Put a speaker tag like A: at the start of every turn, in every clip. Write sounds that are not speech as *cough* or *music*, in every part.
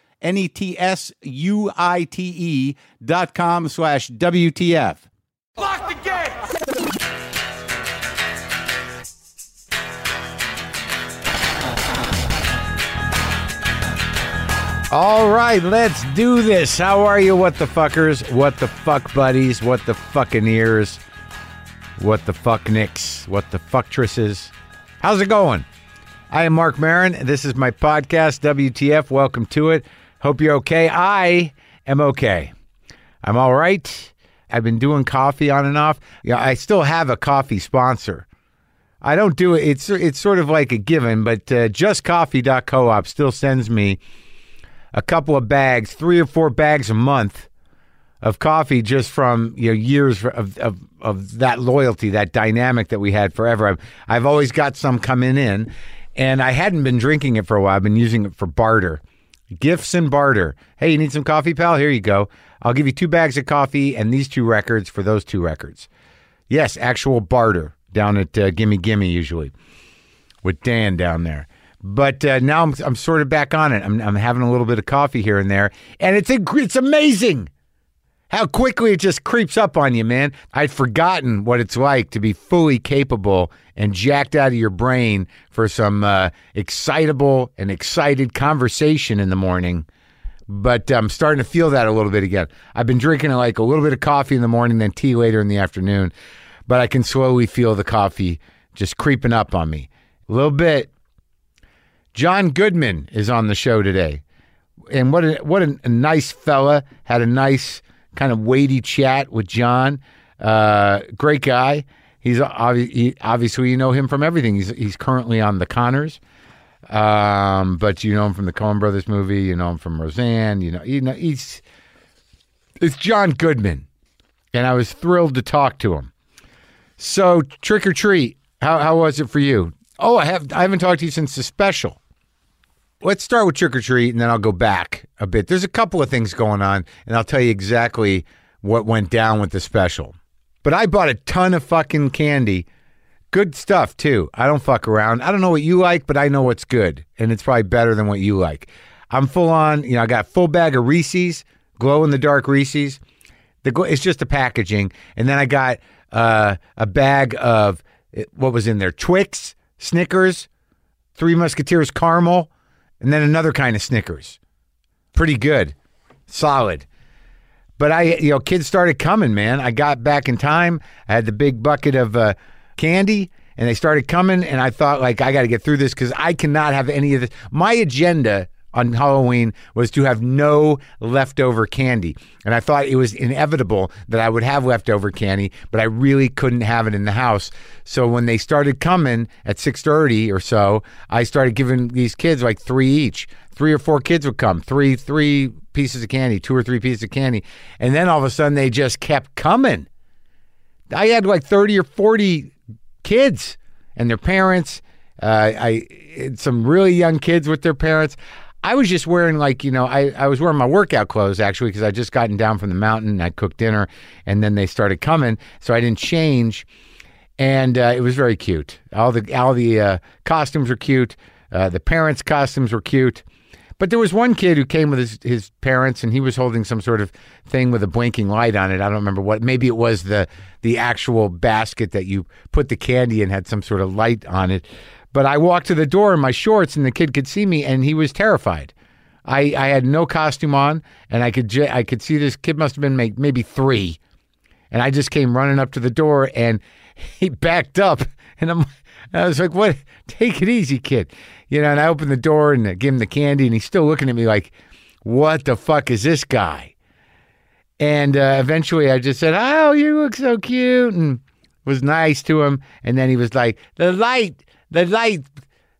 A: N E T S U I T E dot com slash WTF.
B: Lock the gate!
C: All right, let's do this. How are you, what the fuckers? What the fuck buddies? What the fucking ears? What the fuck nicks? What the fucktresses? How's it going? I am Mark Marin. This is my podcast, WTF. Welcome to it. Hope you're okay. I am okay. I'm all right. I've been doing coffee on and off. Yeah, I still have a coffee sponsor. I don't do it. It's it's sort of like a given, but uh, justcoffee.coop still sends me a couple of bags, three or four bags a month of coffee just from you know, years of, of, of that loyalty, that dynamic that we had forever. I've, I've always got some coming in, and I hadn't been drinking it for a while. I've been using it for barter, gifts and barter. Hey, you need some coffee, pal? Here you go. I'll give you two bags of coffee and these two records for those two records. Yes, actual barter down at uh, Gimme Gimme usually with Dan down there. But uh, now I'm, I'm sort of back on it. I'm, I'm having a little bit of coffee here and there, and it's a, it's amazing how quickly it just creeps up on you, man. I'd forgotten what it's like to be fully capable and jacked out of your brain for some uh, excitable and excited conversation in the morning. But I'm starting to feel that a little bit again. I've been drinking like a little bit of coffee in the morning, then tea later in the afternoon. But I can slowly feel the coffee just creeping up on me a little bit. John Goodman is on the show today. And what a, what a, a nice fella. Had a nice kind of weighty chat with John. Uh, great guy. He's obvi- he, obviously you know him from everything. He's he's currently on The Connors. Um, but you know him from the Coen Brothers movie, you know him from Roseanne, you know, you know he's it's John Goodman. And I was thrilled to talk to him. So trick or treat, how how was it for you? Oh, I have I haven't talked to you since the special. Let's start with trick or treat, and then I'll go back a bit. There's a couple of things going on, and I'll tell you exactly what went down with the special. But I bought a ton of fucking candy. Good stuff, too. I don't fuck around. I don't know what you like, but I know what's good, and it's probably better than what you like. I'm full on, you know, I got full bag of Reese's, glow in the dark Reese's. The gl- it's just the packaging, and then I got uh, a bag of eh, what was in there: Twix, Snickers, Three Musketeers caramel, and then another kind of Snickers. Pretty good, solid. But I, you know, kids started coming, man. I got back in time. I had the big bucket of uh, candy, and they started coming. And I thought, like, I got to get through this because I cannot have any of this. My agenda on Halloween was to have no leftover candy, and I thought it was inevitable that I would have leftover candy, but I really couldn't have it in the house. So when they started coming at six thirty or so, I started giving these kids like three each three or four kids would come, three, three pieces of candy, two or three pieces of candy. And then all of a sudden they just kept coming. I had like 30 or 40 kids and their parents. Uh, I had some really young kids with their parents. I was just wearing like, you know, I, I was wearing my workout clothes actually because I just gotten down from the mountain and I cooked dinner and then they started coming. So I didn't change and uh, it was very cute. All the all the uh, costumes were cute. Uh, the parents' costumes were cute, but there was one kid who came with his, his parents, and he was holding some sort of thing with a blinking light on it. I don't remember what. Maybe it was the the actual basket that you put the candy in had some sort of light on it. But I walked to the door in my shorts, and the kid could see me, and he was terrified. I, I had no costume on, and I could ju- I could see this kid must have been make, maybe three And I just came running up to the door and he backed up. And I'm, I was like, what? Take it easy, kid. You know, and I opened the door and I gave him the candy and he's still looking at me like, what the fuck is this guy? And uh, eventually I just said, oh, you look so cute. And was nice to him. And then he was like, the light, the light,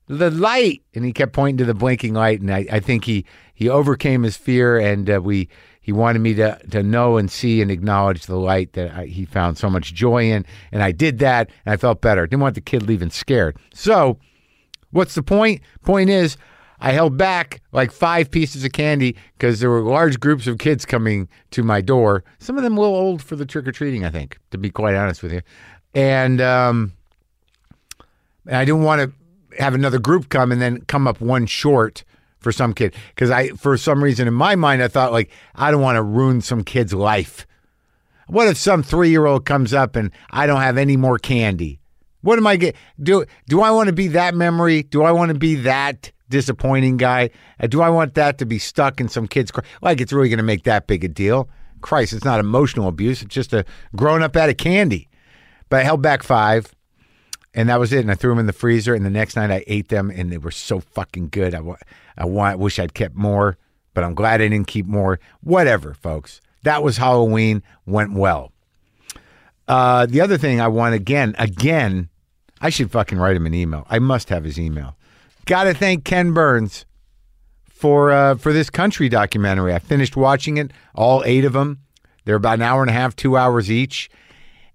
C: the light. And he kept pointing to the blinking light. And I, I think he, he overcame his fear and uh, we, he wanted me to, to know and see and acknowledge the light that I, he found so much joy in. And I did that and I felt better. Didn't want the kid leaving scared. So what's the point? Point is, I held back like five pieces of candy because there were large groups of kids coming to my door. Some of them a little old for the trick or treating, I think, to be quite honest with you. And um, and I didn't want to have another group come and then come up one short for some kid because I, for some reason, in my mind, I thought like I don't want to ruin some kid's life. What if some three-year-old comes up and I don't have any more candy? What am I get? Do do I want to be that memory? Do I want to be that disappointing guy? Uh, Do I want that to be stuck in some kid's cr- like it's really going to make that big a deal? Christ, it's not emotional abuse. It's just a grown-up out of candy. But I held back five, and that was it. And I threw them in the freezer. And the next night I ate them, and they were so fucking good. I wa- I want, wish I'd kept more, but I'm glad I didn't keep more. Whatever, folks. That was Halloween. Went well. Uh, the other thing I want again, again, I should fucking write him an email. I must have his email. Got to thank Ken Burns for uh, for this country documentary. I finished watching it, all eight of them. They're about an hour and a half, two hours each,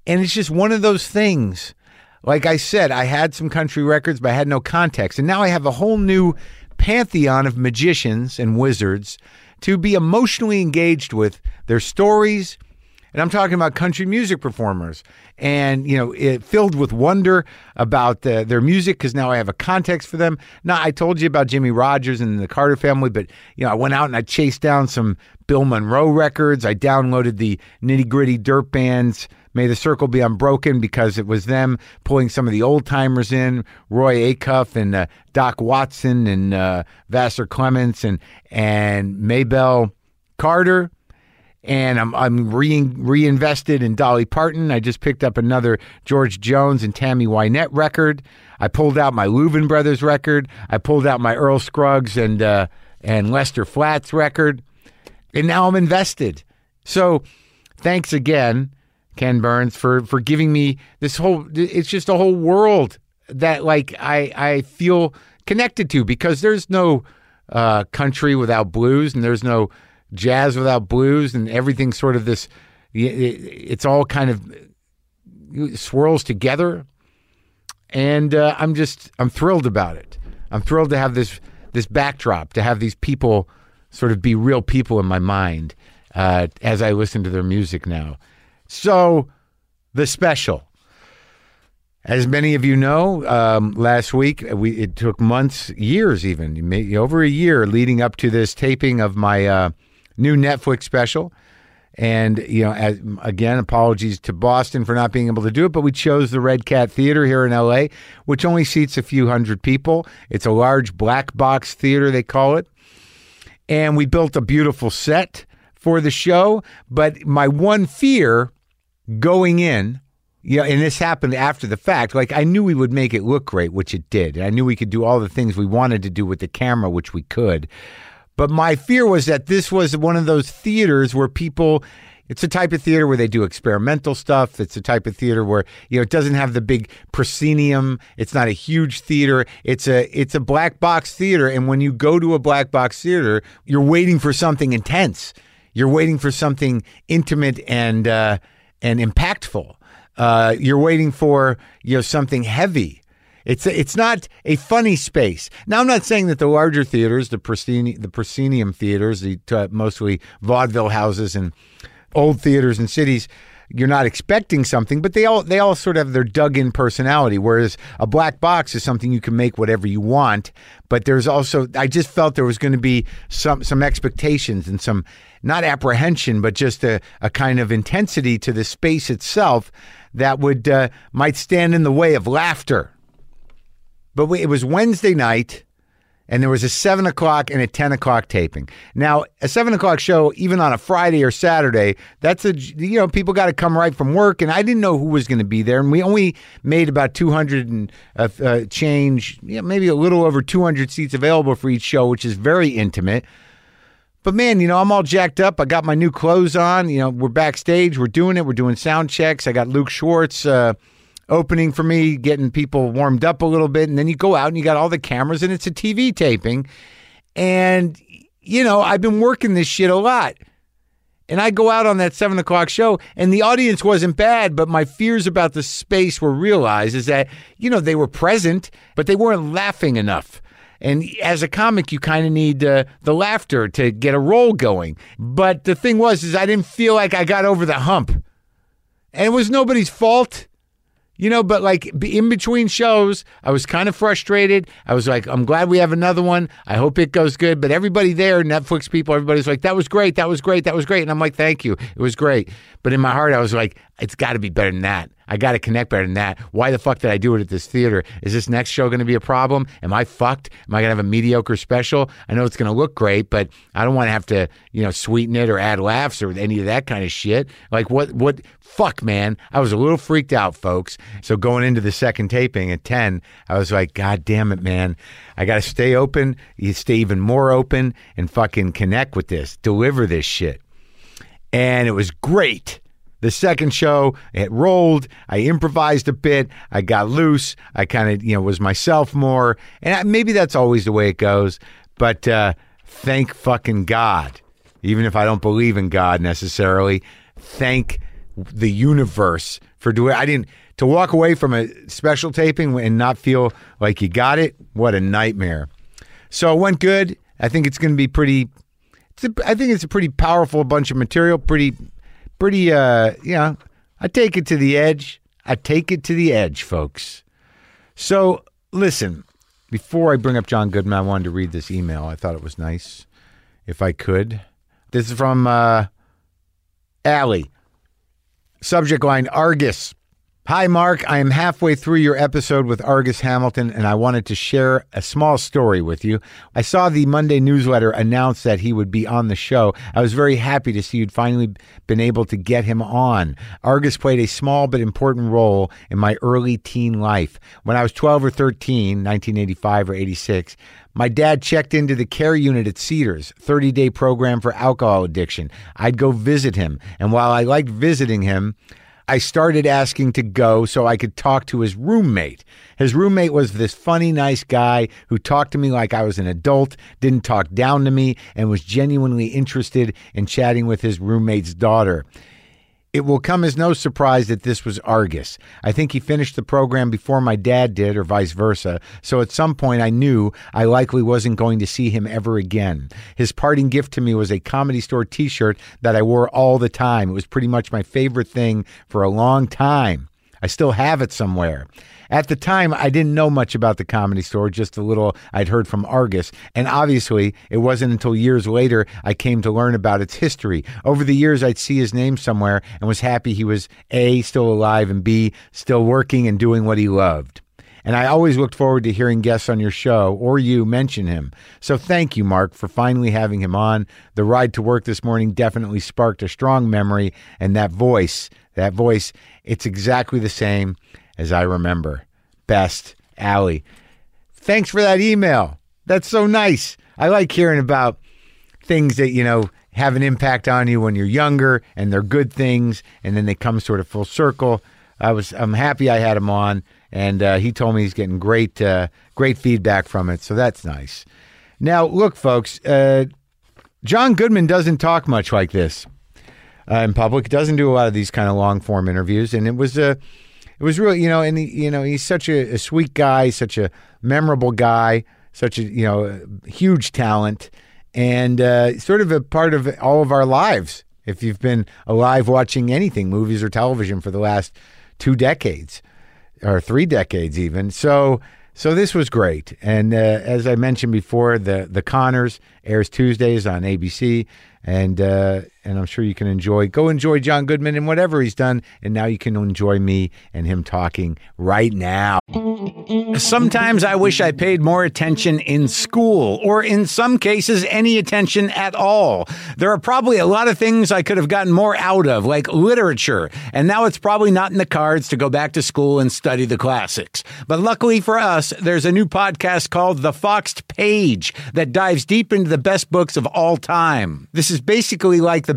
C: and it's just one of those things. Like I said, I had some country records, but I had no context, and now I have a whole new pantheon of magicians and wizards to be emotionally engaged with their stories. And I'm talking about country music performers, and you know, it filled with wonder about the, their music because now I have a context for them. Now I told you about Jimmy Rogers and the Carter family, but you know, I went out and I chased down some Bill Monroe records. I downloaded the Nitty Gritty Dirt Band's "May the Circle Be Unbroken" because it was them pulling some of the old timers in, Roy Acuff and uh, Doc Watson and uh, Vassar Clements and and Maybelle Carter and I'm I'm re- reinvested in Dolly Parton. I just picked up another George Jones and Tammy Wynette record. I pulled out my Leuven Brothers record. I pulled out my Earl Scruggs and uh, and Lester Flats record, and now I'm invested. So, thanks again, Ken Burns, for for giving me this whole. It's just a whole world that like I I feel connected to because there's no uh, country without blues, and there's no jazz without blues and everything sort of this y- y- it's all kind of uh, swirls together and uh, i'm just i'm thrilled about it i'm thrilled to have this this backdrop to have these people sort of be real people in my mind uh, as i listen to their music now so the special as many of you know, um, last week we it took months, years, even may- over a year, leading up to this taping of my uh, new Netflix special. And you know, as, again, apologies to Boston for not being able to do it, but we chose the Red Cat Theater here in LA, which only seats a few hundred people. It's a large black box theater, they call it and we built a beautiful set for the show. But my one fear going in, yeah, and this happened after the fact. Like I knew we would make it look great, which it did. And I knew we could do all the things we wanted to do with the camera, which we could. But my fear was that this was one of those theaters where people it's a type of theater where they do experimental stuff. It's a type of theater where, you know, it doesn't have the big proscenium. It's not a huge theater. It's a it's a black box theater and when you go to a black box theater, you're waiting for something intense. You're waiting for something intimate and uh and impactful. Uh you're waiting for, you know, something heavy. It's it's not a funny space. Now I'm not saying that the larger theaters, the proscenium, the proscenium theaters, the uh, mostly vaudeville houses and old theaters in cities, you're not expecting something, but they all they all sort of have their dug-in personality. Whereas a black box is something you can make whatever you want, but there's also I just felt there was going to be some some expectations and some not apprehension, but just a, a kind of intensity to the space itself that would uh, might stand in the way of laughter. But we, it was Wednesday night, And there was a seven o'clock and a ten o'clock taping. Now, a seven o'clock show, even on a Friday or Saturday, that's a you know people got to come right from work, and I didn't know who was going to be there, and we only made about two hundred and uh, uh, change, yeah, maybe a little over two hundred seats available for each show, which is very intimate. But man, you know, I'm all jacked up. I got my new clothes on. You know, we're backstage. We're doing it. We're doing sound checks. I got Luke Schwartz uh, opening for me, getting people warmed up a little bit. And then you go out and you got all the cameras, and it's a TV taping. And, you know, I've been working this shit a lot. And I go out on that seven o'clock show, and the audience wasn't bad, but my fears about the space were realized is that, you know, they were present, but they weren't laughing enough. And as a comic, you kind of need uh, the laughter to get a role going. But the thing was, is I didn't feel like I got over the hump, and it was nobody's fault, you know. But like be- in between shows, I was kind of frustrated. I was like, I'm glad we have another one. I hope it goes good. But everybody there, Netflix people, everybody's like, that was great, that was great, that was great, and I'm like, thank you, it was great. But in my heart, I was like, it's got to be better than that. I got to connect better than that. Why the fuck did I do it at this theater? Is this next show going to be a problem? Am I fucked? Am I going to have a mediocre special? I know it's going to look great, but I don't want to have to, you know, sweeten it or add laughs or any of that kind of shit. Like what what fuck, man? I was a little freaked out, folks. So going into the second taping at 10, I was like, god damn it, man. I got to stay open, you stay even more open and fucking connect with this. Deliver this shit and it was great. The second show, it rolled. I improvised a bit. I got loose. I kind of, you know, was myself more. And I, maybe that's always the way it goes. But uh, thank fucking God, even if I don't believe in God necessarily, thank the universe for doing. I didn't to walk away from a special taping and not feel like you got it. What a nightmare. So it went good. I think it's going to be pretty it's a, I think it's a pretty powerful bunch of material. Pretty, pretty. Uh, you know, I take it to the edge. I take it to the edge, folks. So listen, before I bring up John Goodman, I wanted to read this email. I thought it was nice, if I could. This is from uh, Allie. Subject line: Argus. Hi, Mark. I am halfway through your episode with Argus Hamilton, and I wanted to share a small story with you. I saw the Monday newsletter announce that he would be on the show. I was very happy to see you'd finally been able to get him on. Argus played a small but important role in my early teen life. When I was 12 or 13, 1985 or 86, my dad checked into the care unit at Cedars, 30 day program for alcohol addiction. I'd go visit him, and while I liked visiting him, I started asking to go so I could talk to his roommate. His roommate was this funny, nice guy who talked to me like I was an adult, didn't talk down to me, and was genuinely interested in chatting with his roommate's daughter. It will come as no surprise that this was Argus. I think he finished the program before my dad did, or vice versa, so at some point I knew I likely wasn't going to see him ever again. His parting gift to me was a comedy store t shirt that I wore all the time. It was pretty much my favorite thing for a long time. I still have it somewhere. At the time, I didn't know much about the comedy store, just a little I'd heard from Argus. And obviously, it wasn't until years later I came to learn about its history. Over the years, I'd see his name somewhere and was happy he was A, still alive, and B, still working and doing what he loved. And I always looked forward to hearing guests on your show or you mention him. So thank you, Mark, for finally having him on. The ride to work this morning definitely sparked a strong memory, and that voice, that voice, it's exactly the same as I remember. Best, Allie. Thanks for that email. That's so nice. I like hearing about things that, you know, have an impact on you when you're younger and they're good things and then they come sort of full circle. I was I'm happy I had him on and uh, he told me he's getting great uh, great feedback from it. So that's nice. Now, look folks, uh, John Goodman doesn't talk much like this uh, in public. Doesn't do a lot of these kind of long form interviews, and it was a, it was really you know, and he, you know he's such a, a sweet guy, such a memorable guy, such a you know a huge talent, and uh, sort of a part of all of our lives. If you've been alive watching anything, movies or television, for the last two decades or three decades even. So so this was great. And uh, as I mentioned before, the the Connors airs Tuesdays on ABC, and uh, and I'm sure you can enjoy. Go enjoy John Goodman and whatever he's done, and now you can enjoy me and him talking right now. Sometimes I wish I paid more attention in school, or in some cases, any attention at all. There are probably a lot of things I could have gotten more out of, like literature, and now it's probably not in the cards to go back to school and study the classics. But luckily for us, there's a new podcast called The Foxed Page that dives deep into the best books of all time. This is basically like the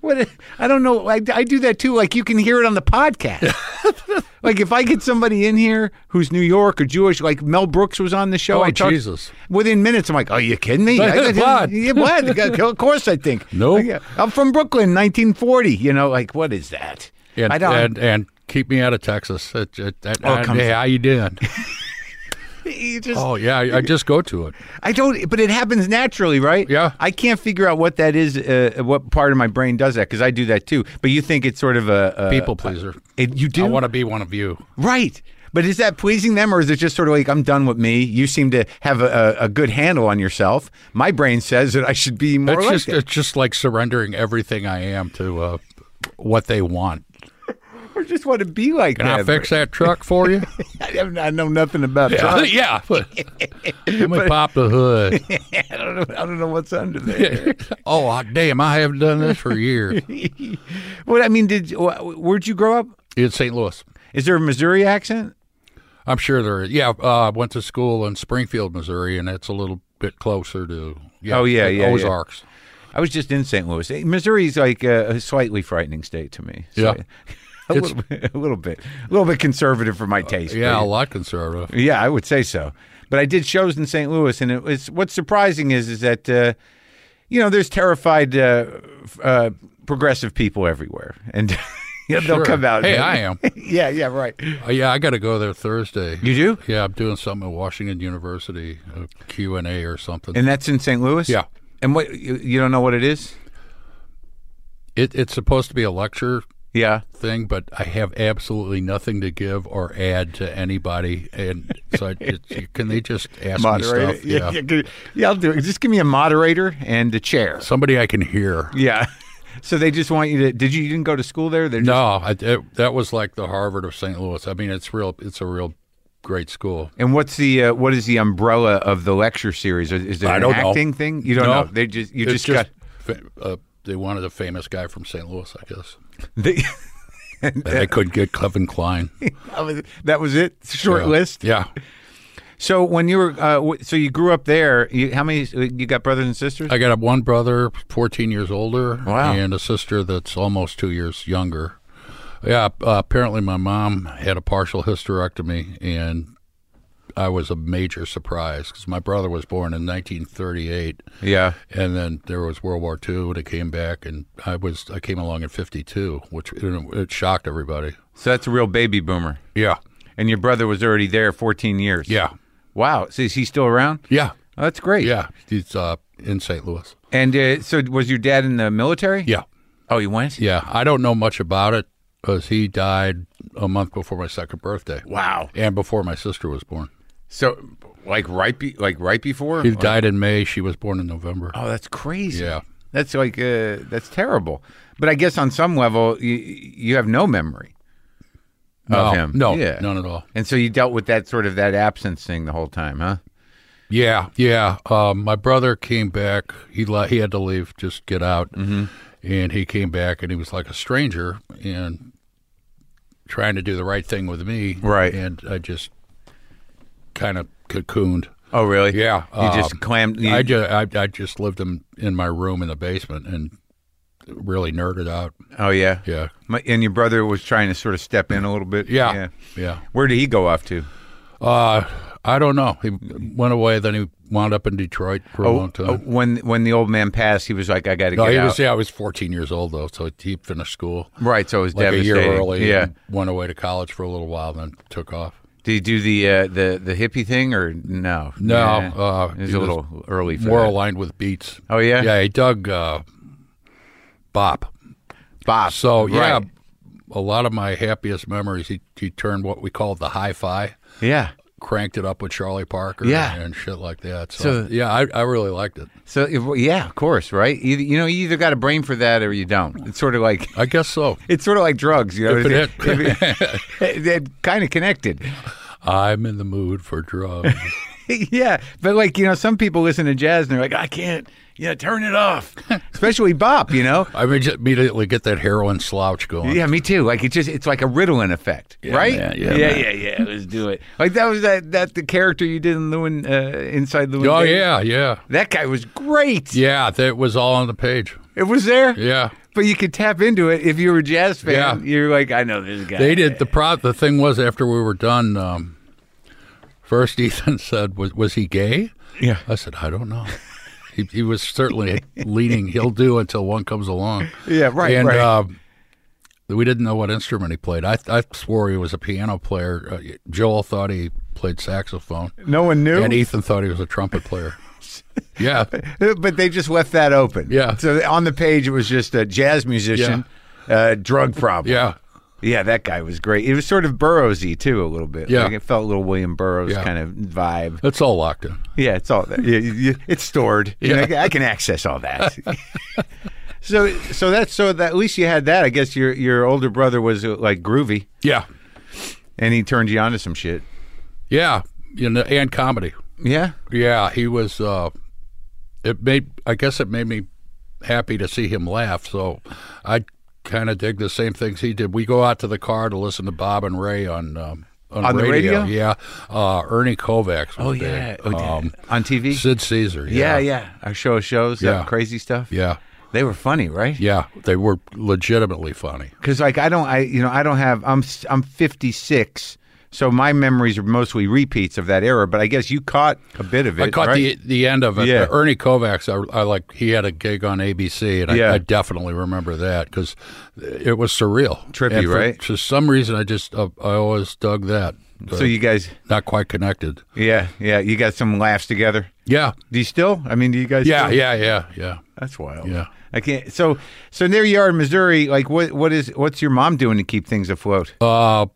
C: What i- I don't know. I, I do that too. Like you can hear it on the podcast. *laughs* like if I get somebody in here who's New York or Jewish, like Mel Brooks was on the show.
D: Oh,
C: I talked-
D: Jesus.
C: Within minutes, I'm like, "Are you kidding me? I- I-
D: *laughs* What?
C: yeah,
D: *laughs*
C: what? of course, I think.
D: No.
C: Like, yeah, I'm from Brooklyn, 1940. You know, like what is that?
D: And,
C: I don't.
D: and and keep me out of Texas. It, it, that-
C: Oh, it
D: and,
C: comes-
D: hey, how you
C: *laughs*
D: doing?
C: you just,
D: oh yeah, I, I just go to it.
C: I don't. But it happens naturally, right?
D: Yeah.
C: I can't figure out what that is. Uh, what part of my brain does that? Because I do that too. But you think it's sort of a, a
D: People pleaser.
C: It, you Uh, do.
D: I want to be one of you.
C: Right. But is that pleasing them, or is it just sort of like I'm done with me? You seem to have a, a, a good handle on yourself. My brain says that I should be more
D: It's
C: like
D: just
C: that.
D: it's just like surrendering everything I am to uh, what they want.
C: *laughs* I just want to be like
D: Can
C: that.
D: I fix that truck for you?
C: *laughs* I, haven't- I know nothing about it.
D: yeah, *laughs* yeah. But, let me pop the hood.
C: *laughs*
D: *laughs*
C: I don't know. I don't know what's under there.
D: oh I- damn! I haven't done this
C: *laughs*
D: for years
C: what I mean, did wh- where'd you grow up?
D: in St. Louis.
C: Is there a Missouri accent?
D: I'm sure there. Is. Yeah, uh, I went to school in Springfield, Missouri, and that's a little bit closer to.
C: Oh, yeah,
D: the
C: yeah, yeah.
D: Ozarks.
C: I was just in St. Louis. Eh, Missouri's like a, a slightly frightening state to me. So-
D: Yeah.
C: *laughs* a
D: It's- Uh,
C: little, bit, a little bit, a little bit conservative for my taste.
D: Yeah,
C: but-
D: a lot
C: *laughs*
D: conservative.
C: Yeah, I would say so. But I did shows in St. Louis, and it was what's surprising is is that uh, you know there's terrified uh, f- uh, progressive people everywhere, and *laughs* you know, they'll
D: Sure.
C: come out. *laughs*
D: Hey, I am.
C: yeah, yeah, right.
D: Uh, yeah, I got to go there Thursday.
C: You do,
D: Yeah, I'm doing something at Washington University, a Q and A or something.
C: and that's in St. Louis.
D: Yeah.
C: and what you, you don't know what it is?
D: it, it's supposed to be a lecture
C: Yeah,
D: thing, but I have absolutely nothing to give or add to anybody, and so I, it, can they just ask
C: moderator. *laughs*
D: me stuff? Yeah.
C: yeah, good. yeah, I'll do it. Just give me a moderator and a chair.
D: somebody I can hear.
C: Yeah. *laughs* So they just want you to. Did you, you didn't go to school there? They're Just,
D: No, I, it, that was like the Harvard of St. Louis. I mean, it's real. It's a real great school.
C: and what's the uh, what is the umbrella of the lecture series? Is, is it
D: I
C: an
D: don't know.
C: acting thing? You don't
D: No.
C: know. They just you
D: It's
C: just got *laughs*
D: fa- uh, they wanted a famous guy from St. Louis, I guess.
C: They,
D: And
C: uh,
D: they couldn't get Clevin Klein.
C: that was- that was it. Short
D: Yeah.
C: list.
D: Yeah.
C: So when you were, uh, w- so you grew up there. You, how many? uh, You got brothers and sisters?
D: I got a one brother, 14 years older,
C: Wow.
D: and a sister that's almost two years younger. Yeah, uh, apparently my mom had a partial hysterectomy, and I was a major surprise because my brother was born in 1938,
C: yeah.
D: and then there was World War II, and it came back, and I was I came along in '52, which you know, it shocked everybody.
C: So that's a real baby boomer.
D: Yeah,
C: And your brother was already there 14 years.
D: yeah,
C: Wow. So is he still around?
D: yeah,
C: Oh, that's great.
D: yeah. He's uh, in St. Louis.
C: And uh, so was your dad in the military?
D: Yeah.
C: Oh, he went.
D: Yeah, I don't know much about it because he died a month before my second birthday.
C: Wow.
D: And before my sister was born.
C: So like right, be- like right before.
D: He died in May. She was born in November.
C: Oh, that's crazy.
D: Yeah.
C: That's like uh, that's terrible. But I guess on some level, you, you have no memory
D: no,
C: of him.
D: No,
C: Yeah.
D: none at all.
C: And so you dealt with that sort of that absence thing the whole time, huh?
D: Yeah, yeah. Um, my brother came back. He le- he had to leave, just get out.
C: Mm-hmm.
D: And he came back, and he was like a stranger and trying to do the right thing with me.
C: Right.
D: And I just kind of cocooned.
C: Oh, really?
D: Yeah,
C: You just
D: um,
C: clammed. You,
D: I just I, I just lived in in my room in the basement and really nerded out.
C: oh, yeah.
D: Yeah,
C: My, and your brother was trying to sort of step in a little bit.
D: yeah, yeah.
C: Where did he go off to?
D: Uh, I don't know. He went away, then he wound up in Detroit for a long time.
C: oh, when when the old man passed, he was like, "I got to
D: no,
C: get
D: he
C: out."
D: was yeah, I was 14 years old though, so he finished school
C: Right, so it was
D: like a year
C: devastating.
D: early.
C: Yeah.
D: and went away to college for a little while, then took off.
C: Did he do the uh, the the hippie thing or no?
D: No,
C: Yeah.
D: uh,
C: it was
D: he
C: a
D: was
C: little early for
D: More
C: that.
D: aligned with beats.
C: Oh, yeah?
D: yeah. He dug uh, bop.
C: Bob.
D: So yeah,
C: Right.
D: a lot of my happiest memories. He he turned what we called the hi-fi.
C: yeah.
D: cranked it up with Charlie Parker
C: Yeah.
D: and shit like that. So,
C: So-
D: yeah, I, I really liked it.
C: So if, yeah, of course, right? Either, you know, you either got a brain for that or you don't. It's sort of like *laughs*
D: I guess so.
C: it's sort of like drugs, you know.
D: If it
C: If it- they're kind of connected.
D: *laughs*
C: *laughs*
D: I'm in the mood for drugs.
C: yeah, but like you know, some people listen to jazz and they're like, I can't. Yeah, turn it off.
D: *laughs*
C: Especially bop, you know.
D: I mean, just immediately get that heroin slouch going.
C: Yeah, me too. Like it just it's like a Ritalin effect, right?
D: man. Yeah,
C: yeah,
D: man.
C: yeah, yeah. Let's do it. Like that was that that the character you did in Lewin uh, inside Lewin.
D: Oh
C: Davis.
D: yeah, yeah,
C: that guy was great.
D: yeah. That was all on the page.
C: It was there,
D: Yeah.
C: but you could tap into it if you were a jazz fan.
D: Yeah.
C: You're like, I know this guy.
D: They did the pro. The thing was, after we were done, um, first *laughs* Ethan said, "Was was he gay?"
C: Yeah.
D: I said, "I don't know." he, he was certainly leaning. He'll do until one comes along.
C: Yeah, right,
D: And
C: right.
D: um, we didn't know what instrument he played. I I swore he was a piano player. Uh, Joel thought he played saxophone,
C: No one knew.
D: and Ethan thought he was a trumpet player. yeah,
C: but they just left that open.
D: Yeah.
C: So on the page, it was just a jazz musician, uh, drug problem.
D: yeah.
C: Yeah, that guy was great. It was sort of Burroughsy too, a little bit.
D: Yeah.
C: Like, it felt a little William Burroughs
D: Yeah.
C: kind of vibe.
D: That's all locked in.
C: Yeah, it's all that. Yeah, you- you- it's stored. You know, I can- I can access all that. *laughs* so, so that's so that at least you had that. I guess your your older brother was uh, like groovy,
D: Yeah,
C: and he turned you on to some shit.
D: yeah. You know, and comedy.
C: Yeah.
D: Yeah, he was. Uh, it made. I guess it made me happy to see him laugh. So I kind of dig the same things he did. We go out to the car to listen to Bob and Ray on um, on,
C: On the radio?
D: Yeah, uh, Ernie Kovacs. Was
C: Oh
D: big.
C: yeah. Oh, yeah.
D: Um,
C: on TV.
D: Sid Caesar.
C: yeah,
D: Yeah,
C: yeah. Our show of shows. that
D: Yeah.
C: Crazy stuff.
D: yeah,
C: They were funny, right?
D: yeah. They were legitimately funny.
C: because like I don't, I you know, I don't have. I'm s- I'm 56, so my memories are mostly repeats of that era. But I guess you caught a bit of it.
D: I caught
C: right?
D: the the end of it.
C: Yeah.
D: Ernie Kovacs, I, I like he had a gig on ABC, and
C: Yeah.
D: I, I definitely remember that because it was surreal,
C: Trippy,
D: And for,
C: right?
D: For some reason, I just uh, I always dug that.
C: So you guys,
D: not quite connected.
C: yeah, yeah, you got some laughs together.
D: Yeah,
C: Do you still? I mean, do you guys?
D: yeah,
C: still?
D: yeah, yeah, yeah.
C: That's wild.
D: Yeah.
C: I can't. So, so there you are in Missouri. Like, what, what is, what's your mom doing to keep things afloat?
D: Uh,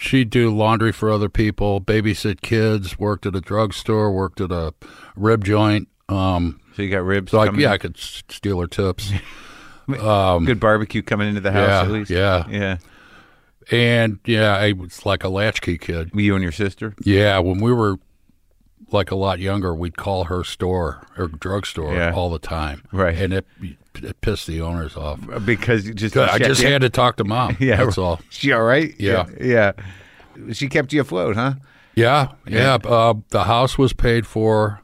D: she'd do laundry for other people, babysit kids, worked at a drugstore, worked at a rib joint. Um,
C: so you got ribs.
D: so I,
C: coming
D: yeah, I
C: in?
D: could s- steal her tips. *laughs*
C: good barbecue coming into the house
D: yeah,
C: at least.
D: yeah.
C: yeah.
D: and yeah, I was like a latchkey kid.
C: You and your sister.
D: Yeah, when we were like a lot younger, we'd call her store or drugstore
C: Yeah.
D: all the time.
C: Right.
D: And it, it pissed the owners off.
C: Uh, Because you just
D: I just had to talk to mom.
C: Yeah.
D: That's all.
C: She all right?
D: Yeah.
C: yeah. Yeah. She kept you afloat, huh?
D: Yeah. Yeah. Uh, the house was paid for,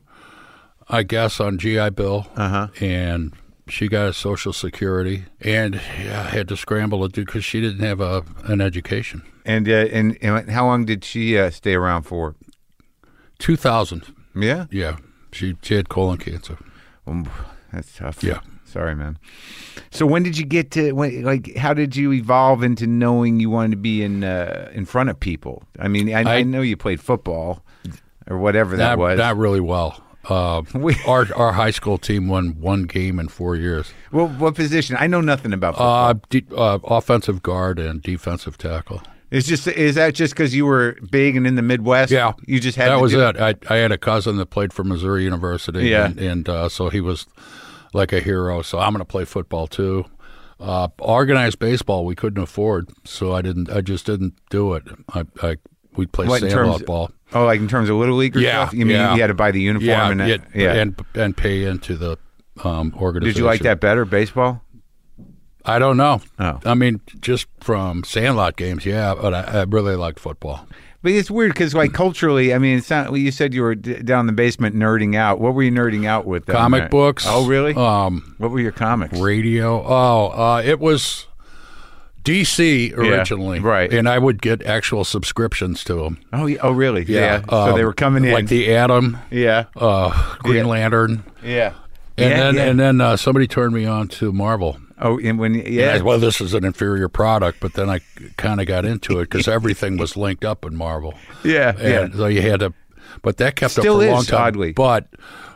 D: I guess, on GI Bill. Uh-huh. And she got a Social Security. And yeah, I had to scramble to do because she didn't have a, an education.
C: And uh, and and how long did she uh, stay around for?
D: 2000.
C: Yeah,
D: Yeah. She, she had colon cancer.
C: Um, that's tough.
D: Yeah.
C: sorry, man. So when did you get to when? Like, how did you evolve into knowing you wanted to be in uh, in front of people? I mean, I, I,
D: I-
C: know you played football or whatever that
D: not,
C: was.
D: not really well. Uh,
C: *laughs* We-
D: our our high school team won one game in four years.
C: well, what position? I know nothing about. Football.
D: Uh, de- uh, offensive guard and defensive tackle.
C: it's just is that just because you were big and in the Midwest?
D: Yeah,
C: you just had
D: that
C: to
D: was
C: do-
D: it. I I had a cousin that played for Missouri University.
C: Yeah.
D: and, and uh, so he was like a hero. So I'm going to play football too. Uh, organized baseball we couldn't afford, so I didn't. I just didn't do it. I, I we played
C: What, in
D: sandlot
C: terms-
D: ball.
C: Oh, like in terms of little league or
D: Yeah,
C: stuff? You mean
D: yeah.
C: you had to buy the uniform
D: Yeah,
C: and that?
D: it- and and pay into the um, organization.
C: did you like that better, baseball?
D: I don't know.
C: Oh.
D: I mean, just from Sandlot games, yeah, but I, I really like football.
C: But it's weird because, like, culturally, I mean, it's not. You said you were d- down in the basement nerding out. What were you nerding out with? down
D: Comic
C: there?
D: books.
C: Oh, really?
D: Um,
C: what were your comics?
D: radio. Oh, uh, it was DC originally,
C: right.
D: And I would get actual subscriptions to them.
C: oh, yeah, oh, really? Yeah. so
D: um,
C: they were coming in.
D: like the Atom,
C: yeah,
D: uh, Green Lantern,
C: yeah,
D: and
C: Yeah,
D: then
C: yeah.
D: and then uh, somebody turned me on to Marvel.
C: oh, and when
D: And I-
C: yeah,
D: well, this is an inferior product, but then I kind of got into it because everything was linked up in Marvel.
C: Yeah, *laughs*
D: and
C: yeah.
D: So you had to, but that kept
C: Still
D: up for a long
C: is,
D: time.
C: oddly.
D: But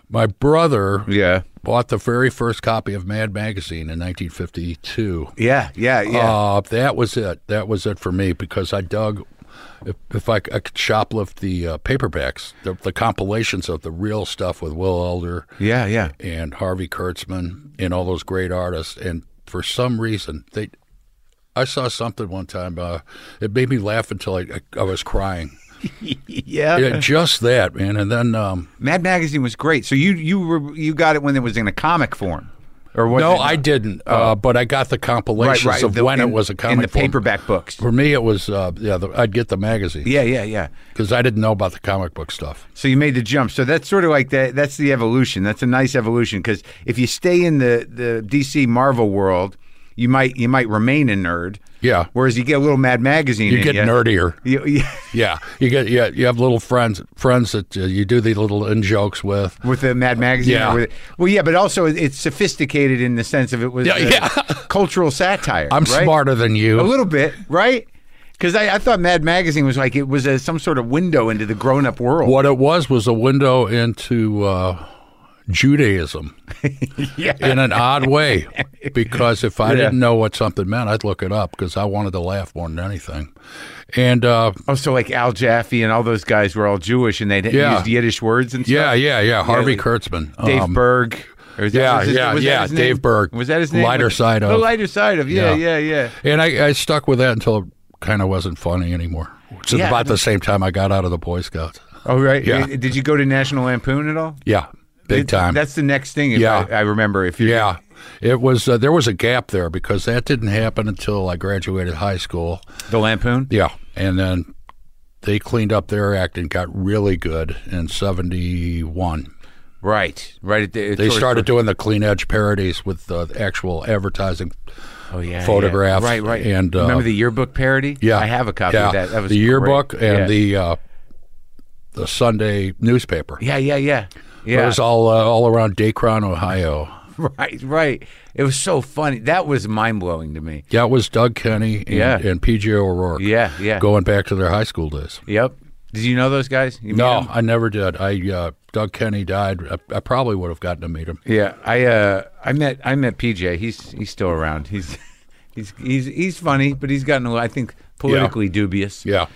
D: my brother
C: yeah,
D: bought the very first copy of Mad Magazine in 1952.
C: yeah, yeah, yeah.
D: Uh, that was it. That was it for me because I dug. If, if I, c- I could shoplift the uh, paperbacks, the, the compilations of the real stuff with Will Elder
C: yeah, yeah.
D: and Harvey Kurtzman and all those great artists. And for some reason, they, I saw something one time. Uh, it made me laugh until I, I, I was crying.
C: *laughs*
E: yeah.
D: Yeah, just that, man. And then um,
C: Mad Magazine was great. So you you were you got it when it was in a comic form, or was
D: no,
C: it-
D: I didn't. Uh, but I got the compilations of
C: the-
D: when
C: in-
D: it was a comic
C: in the
D: form.
C: paperback books.
D: For me, it was uh, yeah. The, I'd get the magazine
C: Yeah, yeah, yeah.
D: because I didn't know about the comic book stuff.
C: So you made the jump. So that's sort of like that. That's the evolution. That's a nice evolution because if you stay in the the DC Marvel world, you might you might remain a nerd.
D: Yeah.
C: Whereas you get a little Mad Magazine,
D: You
C: in
D: get
C: ya,
D: nerdier.
C: you- *laughs* yeah,
D: Yeah, you get yeah. You have little friends friends that uh, you do the little in jokes with.
C: with the Mad Magazine. or
D: Yeah.
C: with- well, yeah, but also it- it's sophisticated in the sense of it was
D: Yeah,
C: uh,
D: yeah.
C: cultural satire.
D: I'm
C: right? Oh,
D: smarter than you.
C: A little bit, right? Because I, I thought Mad Magazine was like it was a, some sort of window into the grown up world.
D: What it was was a window into uh, Judaism in an odd
C: *laughs*
D: way. Because if I didn't know what something meant, I'd look it up because I wanted to laugh more than anything. And uh,
C: Oh, so like Al Jaffe and all those guys were all Jewish and they didn't
D: Yeah.
C: use Yiddish words and stuff.
D: yeah, yeah, yeah. Harvey
C: like
D: Kurtzman.
C: Dave
D: Um,
C: Berg. Or is
D: yeah,
C: was his-
D: yeah,
C: was
D: yeah,
C: his name?
D: Dave Berg.
C: Was that his name?
D: Lighter side
C: The
D: of.
C: lighter side of. Yeah, yeah,
D: Yeah.
C: yeah.
D: And I, I stuck with that until it kind of wasn't funny anymore. It's
C: Yeah.
D: about the same time I got out of the Boy Scouts.
C: Oh, right.
D: Yeah.
C: Did did you go to National Lampoon at all?
D: Yeah, big
C: It-
D: time.
C: That's the next thing. If
D: Yeah.
C: I, I remember. If you,
D: Yeah, it was. Uh, there was a gap there because that didn't happen until I graduated high school.
C: the Lampoon.
D: Yeah, and then they cleaned up their act and got really good in '71.
C: Right, right. At the,
D: They started doing the clean edge parodies with the actual advertising.
C: oh, yeah,
D: photographs
C: Yeah. Right, right.
D: and, uh,
C: remember the yearbook parody?
D: Yeah,
C: I have a copy
D: yeah,
C: of that. That was
D: the yearbook
C: great.
D: and
C: Yeah.
D: the uh, the Sunday newspaper.
C: yeah, yeah, yeah, yeah. *laughs*
D: It was all uh, all around Dacron, Ohio.
C: Right, right. It was so funny. That was mind blowing to me.
D: Yeah, it was Doug Kenny and,
C: Yeah.
D: and PJ O'Rourke.
C: Yeah, yeah.
D: Going back to their high school days.
C: Yep. Did you know those guys? You
D: No,
C: met 'em?
D: I never did. I uh, Doug Kenny died. I, I probably would have gotten to meet him.
C: Yeah, I uh, I met I met PJ. He's he's still around. He's *laughs* he's he's he's funny, but he's gotten a little, I think politically dubious.
D: Yeah,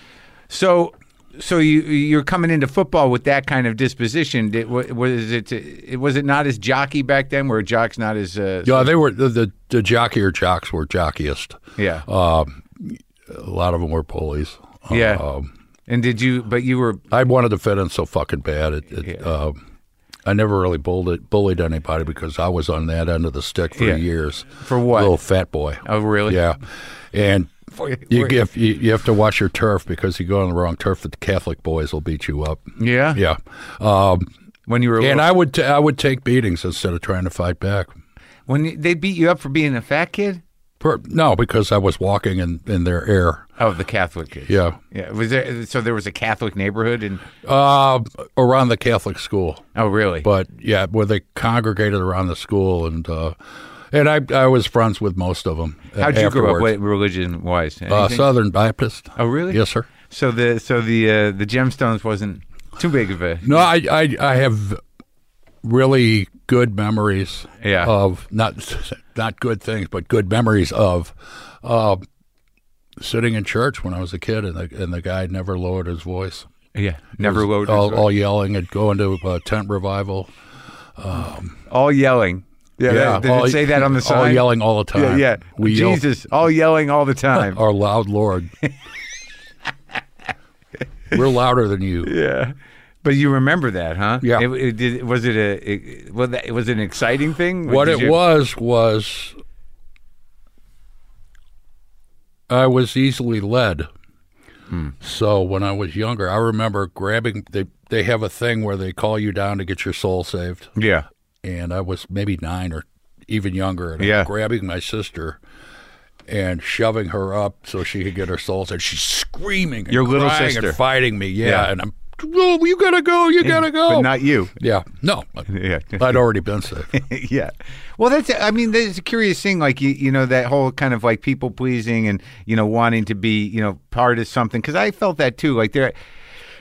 C: So so you you're coming into football with that kind of disposition. Did, wa- was it it- was it not as jockey back then? Where a jock's not as uh,
D: yeah. They were the the, the jockier jocks were jockiest.
C: yeah
D: Uh, A lot of them were bullies.
C: yeah.
D: Um,
C: and did you? But you were
D: I wanted to fit in so fucking bad. It, it, um, I never really bullied bullied anybody because I was on that end of the stick for
C: Yeah.
D: years.
C: For what?
D: Little fat boy.
C: oh really *laughs*
D: Yeah, and you, give, you you have to watch your turf because you go on the wrong turf, the Catholic boys will beat you up.
C: yeah
D: Yeah, um,
C: when you were a
D: and
C: little-
D: I would t- I would take beatings instead of trying to fight back.
C: when you- they beat you up for being a fat kid.
D: Per- no, because I was walking in, in their air.
C: Oh, the Catholic kids.
D: Yeah,
C: Yeah. Was there so there was a Catholic neighborhood and
D: uh, around the Catholic school,
C: oh really?
D: but yeah, where they congregated around the school, and uh, and I I was friends with most of them.
C: How'd you grow up what, religion wise?
D: Uh, Southern Baptist.
C: oh really?
D: Yes, sir.
C: So the so the uh, the gemstones wasn't too big of a
D: No, I, I I have really good memories
C: Yeah.
D: of not not good things, but good memories of uh, sitting in church when I was a kid, and the and the guy never lowered his voice.
C: yeah never
D: It was
C: loaded
D: all,
C: all,
D: all yelling and going to uh, tent revival.
C: yelling. Yeah, that- did
D: all-
C: it say that on the sign?
D: All yelling all the
C: Yeah,
D: time.
C: yeah.
D: we Jesus.
C: Jesus, all yelling
D: *laughs*
C: all the time.
D: yell our loud Lord. We're louder than you.
C: yeah. But you remember that, huh?
D: Yeah.
C: It, it did, was it a it, was that, was it an exciting thing? Or
D: what
C: did
D: it
C: you-
D: was was I was easily led.
C: Hmm.
D: So when I was younger, I remember grabbing they they have a thing where they call you down to get your soul saved,
C: Yeah.
D: and I was maybe nine or even younger, and I'm
C: Yeah.
D: grabbing my sister and shoving her up so she could get her soul saved. She's screaming, and
C: Your little
D: crying
C: sister.
D: and fighting me, yeah,
C: Yeah.
D: and I'm. Oh, you gotta go! You gotta go!
C: But not you.
D: yeah, no,
C: *laughs* Yeah.
D: I'd already been saved.
C: *laughs* yeah. Well, that's, I mean, there's a curious thing, like, you, you know, that whole kind of like people pleasing and, you know, wanting to be, you know, part of something. Cause I felt that too. Like, there,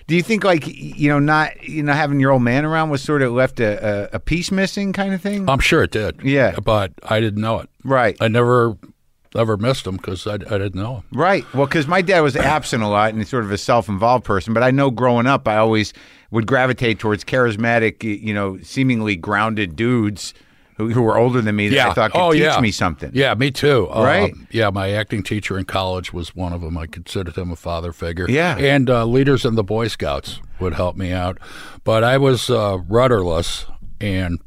C: do you think, like, y- you know, not, you know, having your old man around was sort of left a, a, a piece missing kind of thing?
D: I'm sure it did.
C: Yeah.
D: But I didn't know it.
C: right.
D: I never ever missed him because I, I didn't know him.
C: Right. Well, because my dad was absent a lot and he's sort of a self-involved person. But I know growing up, I always would gravitate towards charismatic, y- you know, seemingly grounded dudes who, who were older than me that I thought could teach me something.
D: Yeah, me too. Um,
C: Right?
D: yeah, my acting teacher in college was one of them. I considered him a father figure.
C: Yeah.
D: And uh, leaders in the Boy Scouts would help me out. But I was uh, rudderless and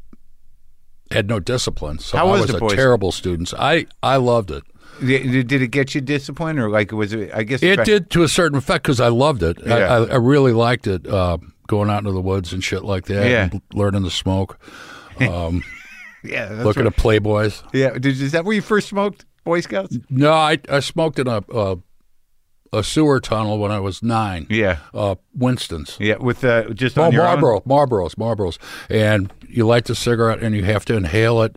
D: had no discipline. So
C: How
D: I
C: was
D: was
C: the
D: a
C: Boy Sc-
D: terrible student. I, I loved it.
C: Did, did it get you discipline or like was it? I guess
D: It did to a certain effect because I loved it. I,
C: Yeah.
D: I, I really liked it. Uh, going out into the woods and shit like that.
C: Yeah.
D: and learning to smoke.
C: Yeah, that's
D: looking at Playboys.
C: what- yeah. Did, is that where you first smoked Boy Scouts?
D: No, I, I smoked in a, a a sewer tunnel when I was nine.
C: Yeah.
D: uh, Winston's.
C: Yeah, with uh, just
D: Oh,
C: on your own?
D: Marlboro, Marlboros, Marlboros, and you light the cigarette and you have to inhale it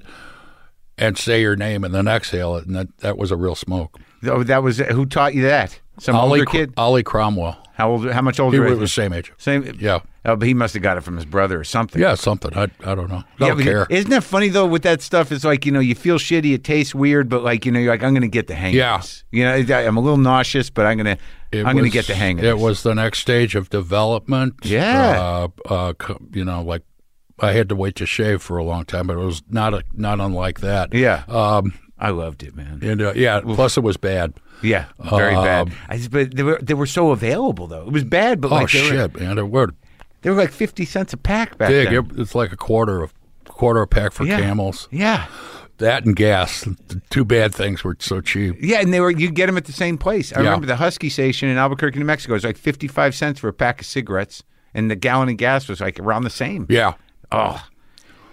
D: and say your name and then exhale it, and that, that was a real smoke.
C: Oh, that was who taught you that? Some
D: Ollie,
C: older
D: Cr-
C: kid.
D: Ollie Cromwell.
C: How old? How much
D: He
C: older?
D: was
C: is
D: the same age.
C: Same.
D: Yeah.
C: Oh, but he must have got it from his brother or something.
D: Yeah, something. I I don't know. I
C: Yeah,
D: don't
C: but
D: care.
C: Isn't that funny though? With that stuff, it's like you know you feel shitty, it tastes weird, but like you know you're like I'm gonna get the hang.
D: Yeah.
C: of this. You know I- I'm a little nauseous, but I'm gonna
D: It
C: I'm gonna
D: was-
C: get the hang of
D: It
C: this.
D: was the next stage of development.
C: Yeah.
D: Uh, uh, co- you know, like I had to wait to shave for a long time, but it was not a, not unlike that.
C: Yeah.
D: Um,
C: I loved it, man.
D: and uh, yeah, plus it was bad.
C: Yeah. Very bad.
D: Um,
C: I just, but they were they were so available though. It was bad, but
D: Oh
C: like they were
D: shit, man! It were
C: they were like fifty cents a pack back
D: big.
C: then.
D: It, it's like a quarter of quarter a pack for
C: yeah.
D: camels.
C: Yeah.
D: That and gas, the two bad things were so cheap.
C: Yeah, and they were you get them at the same place. I
D: Yeah.
C: remember the Husky station in Albuquerque, New Mexico. It was like fifty five cents for a pack of cigarettes, and the gallon of gas was like around the same.
D: Yeah,
C: Oh,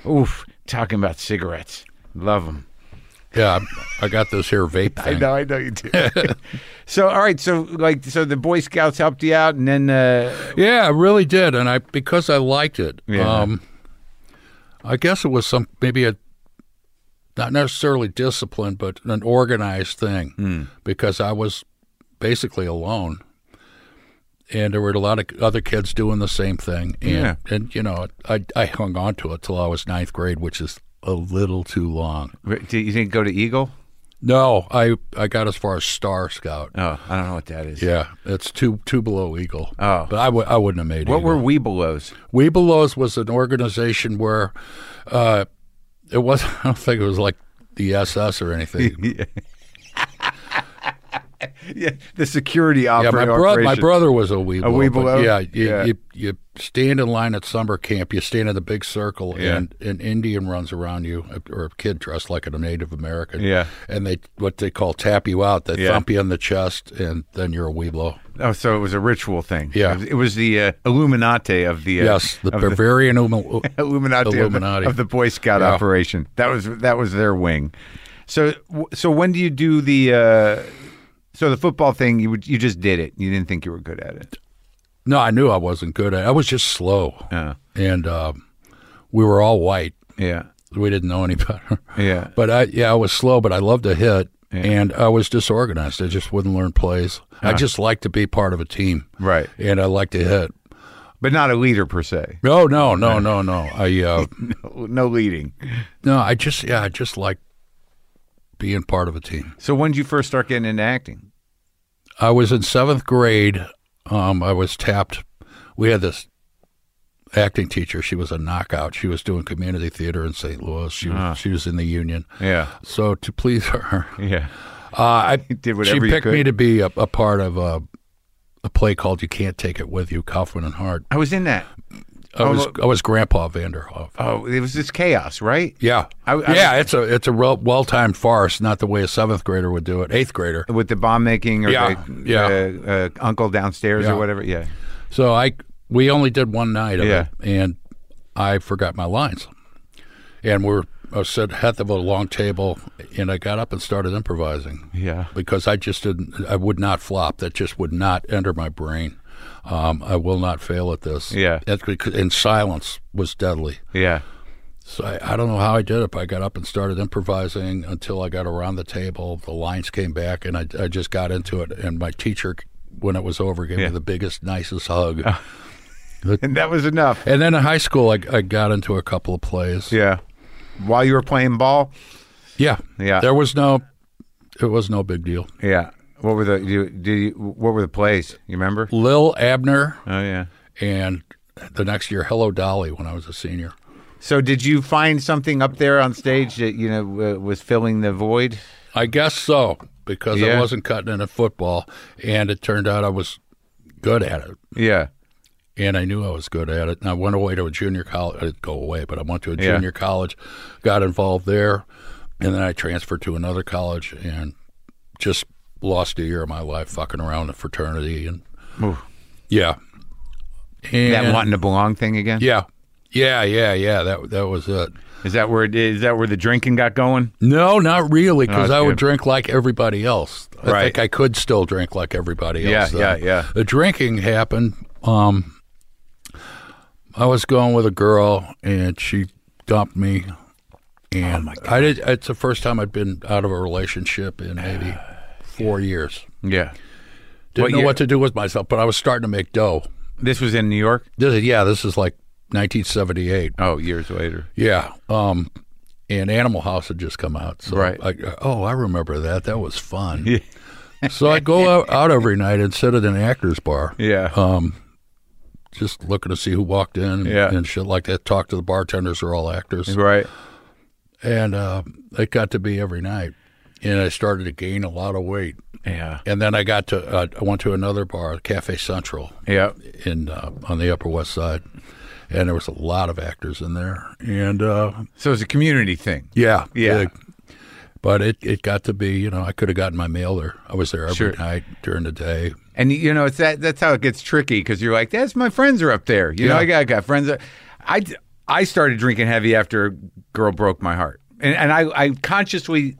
C: oof! Talking about cigarettes, love them.
D: yeah. I got this here vape thing.
C: I know you
D: *laughs*
C: do. so, all right, so like, so the Boy Scouts helped you out, and then uh,
D: Yeah, I really did, and I because I liked it.
C: Yeah.
D: Um, I guess it was some maybe a not necessarily discipline, but an organized thing
C: Hmm.
D: because I was basically alone, and there were a lot of other kids doing the same thing. And,
C: Yeah.
D: and you know, I I hung on to it till I was ninth grade, which is a little too long.
C: do you didn't go to Eagle?
D: No, I I got as far as Star Scout.
C: Oh, I don't know what that is.
D: Yeah, it's two two below Eagle.
C: Oh.
D: but I w- I wouldn't have made it.
C: What were we belows?
D: Weebelows was an organization where uh, it was. *laughs* I don't think it was like the SS or
C: *laughs*
D: anything.
C: Yeah, the security
D: yeah, my
C: operator.
D: brother, my brother was a Weebelo.
C: Weebelo?
D: Yeah, you,
C: Yeah.
D: You, you stand in line at summer camp. You stand in the big circle,
C: Yeah.
D: and an Indian runs around you, or a kid dressed like a Native American.
C: Yeah.
D: and they what they call tap you out. They
C: Yeah.
D: thump you in the chest, and then you're a Weebelo.
C: Oh, so it was a ritual thing.
D: Yeah.
C: it was, it was the uh, Illuminati of the uh,
D: Yes, the
C: of the- *laughs*
D: Bavarian. Umo-
C: Illuminati, of the-
D: Illuminati.
C: Of, the, Boy Scout
D: Yeah.
C: operation. That was that was their wing. So w- so when do you do the uh, so the football thing? You would, you just did it. You didn't think you were good at it.
D: No, I knew I wasn't good at. it. I was just slow,
C: Yeah.
D: and um, we were all white.
C: Uh, Yeah,
D: we didn't know any *laughs* better.
C: Yeah.
D: But I yeah, I was slow, but I loved to hit and I was disorganized. I just wouldn't learn plays. I just liked to be part of a team.
C: Right.
D: And I liked to hit.
C: but not a leader per se.
D: No, no, no, no, no. I uh
C: No, no leading.
D: no, I just yeah, I just like being part of a team.
C: So when did you first start getting into acting?
D: I was in 7th grade. Um I was tapped. We had this acting teacher. She was a knockout. She was doing community theater in St. Louis. She was, she was in the union.
C: Yeah,
D: So to please *laughs* her,
C: yeah.
D: Uh, I
C: did whatever
D: she
C: *laughs* you
D: picked
C: could.
D: me to be a, a part of a, a play called "You Can't Take It With You." Kaufman and Hart.
C: I was in that.
D: I
C: Oh,
D: was
C: look.
D: I was Grandpa Vanderhoff.
C: Oh, it was this chaos, right?
D: yeah,
C: I- I-
D: yeah. It's a it's a well timed farce, not the way a seventh grader would do it. Eighth grader.
C: With the bomb making or
D: Yeah,
C: the,
D: yeah.
C: Uh, uh, uncle downstairs
D: Yeah.
C: or whatever. Yeah.
D: So I we only did one night of
C: Yeah.
D: it, and I forgot my lines, and we're I said heck of a long table, and I got up and started improvising.
C: Yeah.
D: because I just didn't. I would not flop. That just would not enter my brain. Um, I will not fail at this.
C: Yeah.
D: that's because and silence was deadly.
C: Yeah.
D: So I, I don't know how I did it. But I got up and started improvising until I got around the table. The lines came back, and I, I just got into it. And my teacher, when it was over, gave
C: Yeah. Ah.
D: me the biggest, nicest hug.
C: And that was enough.
D: And then in high school, I, I got into a couple of plays.
C: Yeah. While you were playing ball.
D: yeah,
C: Yeah.
D: There was no, it was no big deal.
C: Yeah. What were the you, did you, what were the plays? You remember?
D: Lil Abner
C: Oh yeah.
D: and the next year, Hello Dolly, when I was a senior.
C: So did you find something up there on stage that you know uh, was filling the void?
D: I guess so because
C: Yeah.
D: I wasn't cutting in at football, and it turned out I was good at it,
C: Yeah.
D: and I knew I was good at it. And I went away to a junior college. I didn't go away, but I went to a
C: Yeah.
D: junior college, got involved there, and then I transferred to another college and just lost a year of my life fucking around the fraternity and yeah, and
C: That wanting to belong thing again?
D: yeah, yeah, yeah, yeah. That that was it.
C: Is that where it is that where the drinking got going?
D: No, not really, because
C: that's
D: I would
C: good.
D: drink like everybody else. I
C: Right.
D: think I could still drink like everybody
C: Yeah,
D: else.
C: yeah,
D: though.
C: yeah.
D: The drinking happened. Um, I was going with a girl, and she dumped me. And
C: Oh,
D: I did. It's the first time I'd been out of a relationship
C: *sighs*
D: in maybe four years.
C: Yeah.
D: Didn't
C: What
D: know
C: year-
D: what to do with myself, but I was starting to make dough.
C: This was in New York?
D: This is, yeah, this is like 1978.
C: Oh, years later.
D: Yeah. Um, and Animal House had just come out. So
C: Right.
D: I, oh, I remember that. That
C: *laughs*
D: was fun. so I'd go out, out every night and sit at an actor's bar,
C: Yeah.
D: just looking to see who walked in and,
C: Yeah.
D: and shit like that. Talk to the bartenders, they're all actors.
C: right.
D: And uh, it got to be every night. And I started to gain a lot of weight.
C: Yeah.
D: And then I got to, uh, I went to another bar, Cafe Central,
C: Yeah.
D: in uh, on the Upper West Side. And there was a lot of actors in there. And uh,
C: So it's a community thing.
D: Yeah,
C: Yeah.
D: But it, it got to be, you know, I could have gotten my mail there. I was there every
C: Sure.
D: night during the day.
C: And you know, it's that that's how it gets tricky because you're like, that's my friends are up there. You know,
D: Yeah.
C: I got, I got friends. that- I I started drinking heavy after a girl broke my heart, and and I I consciously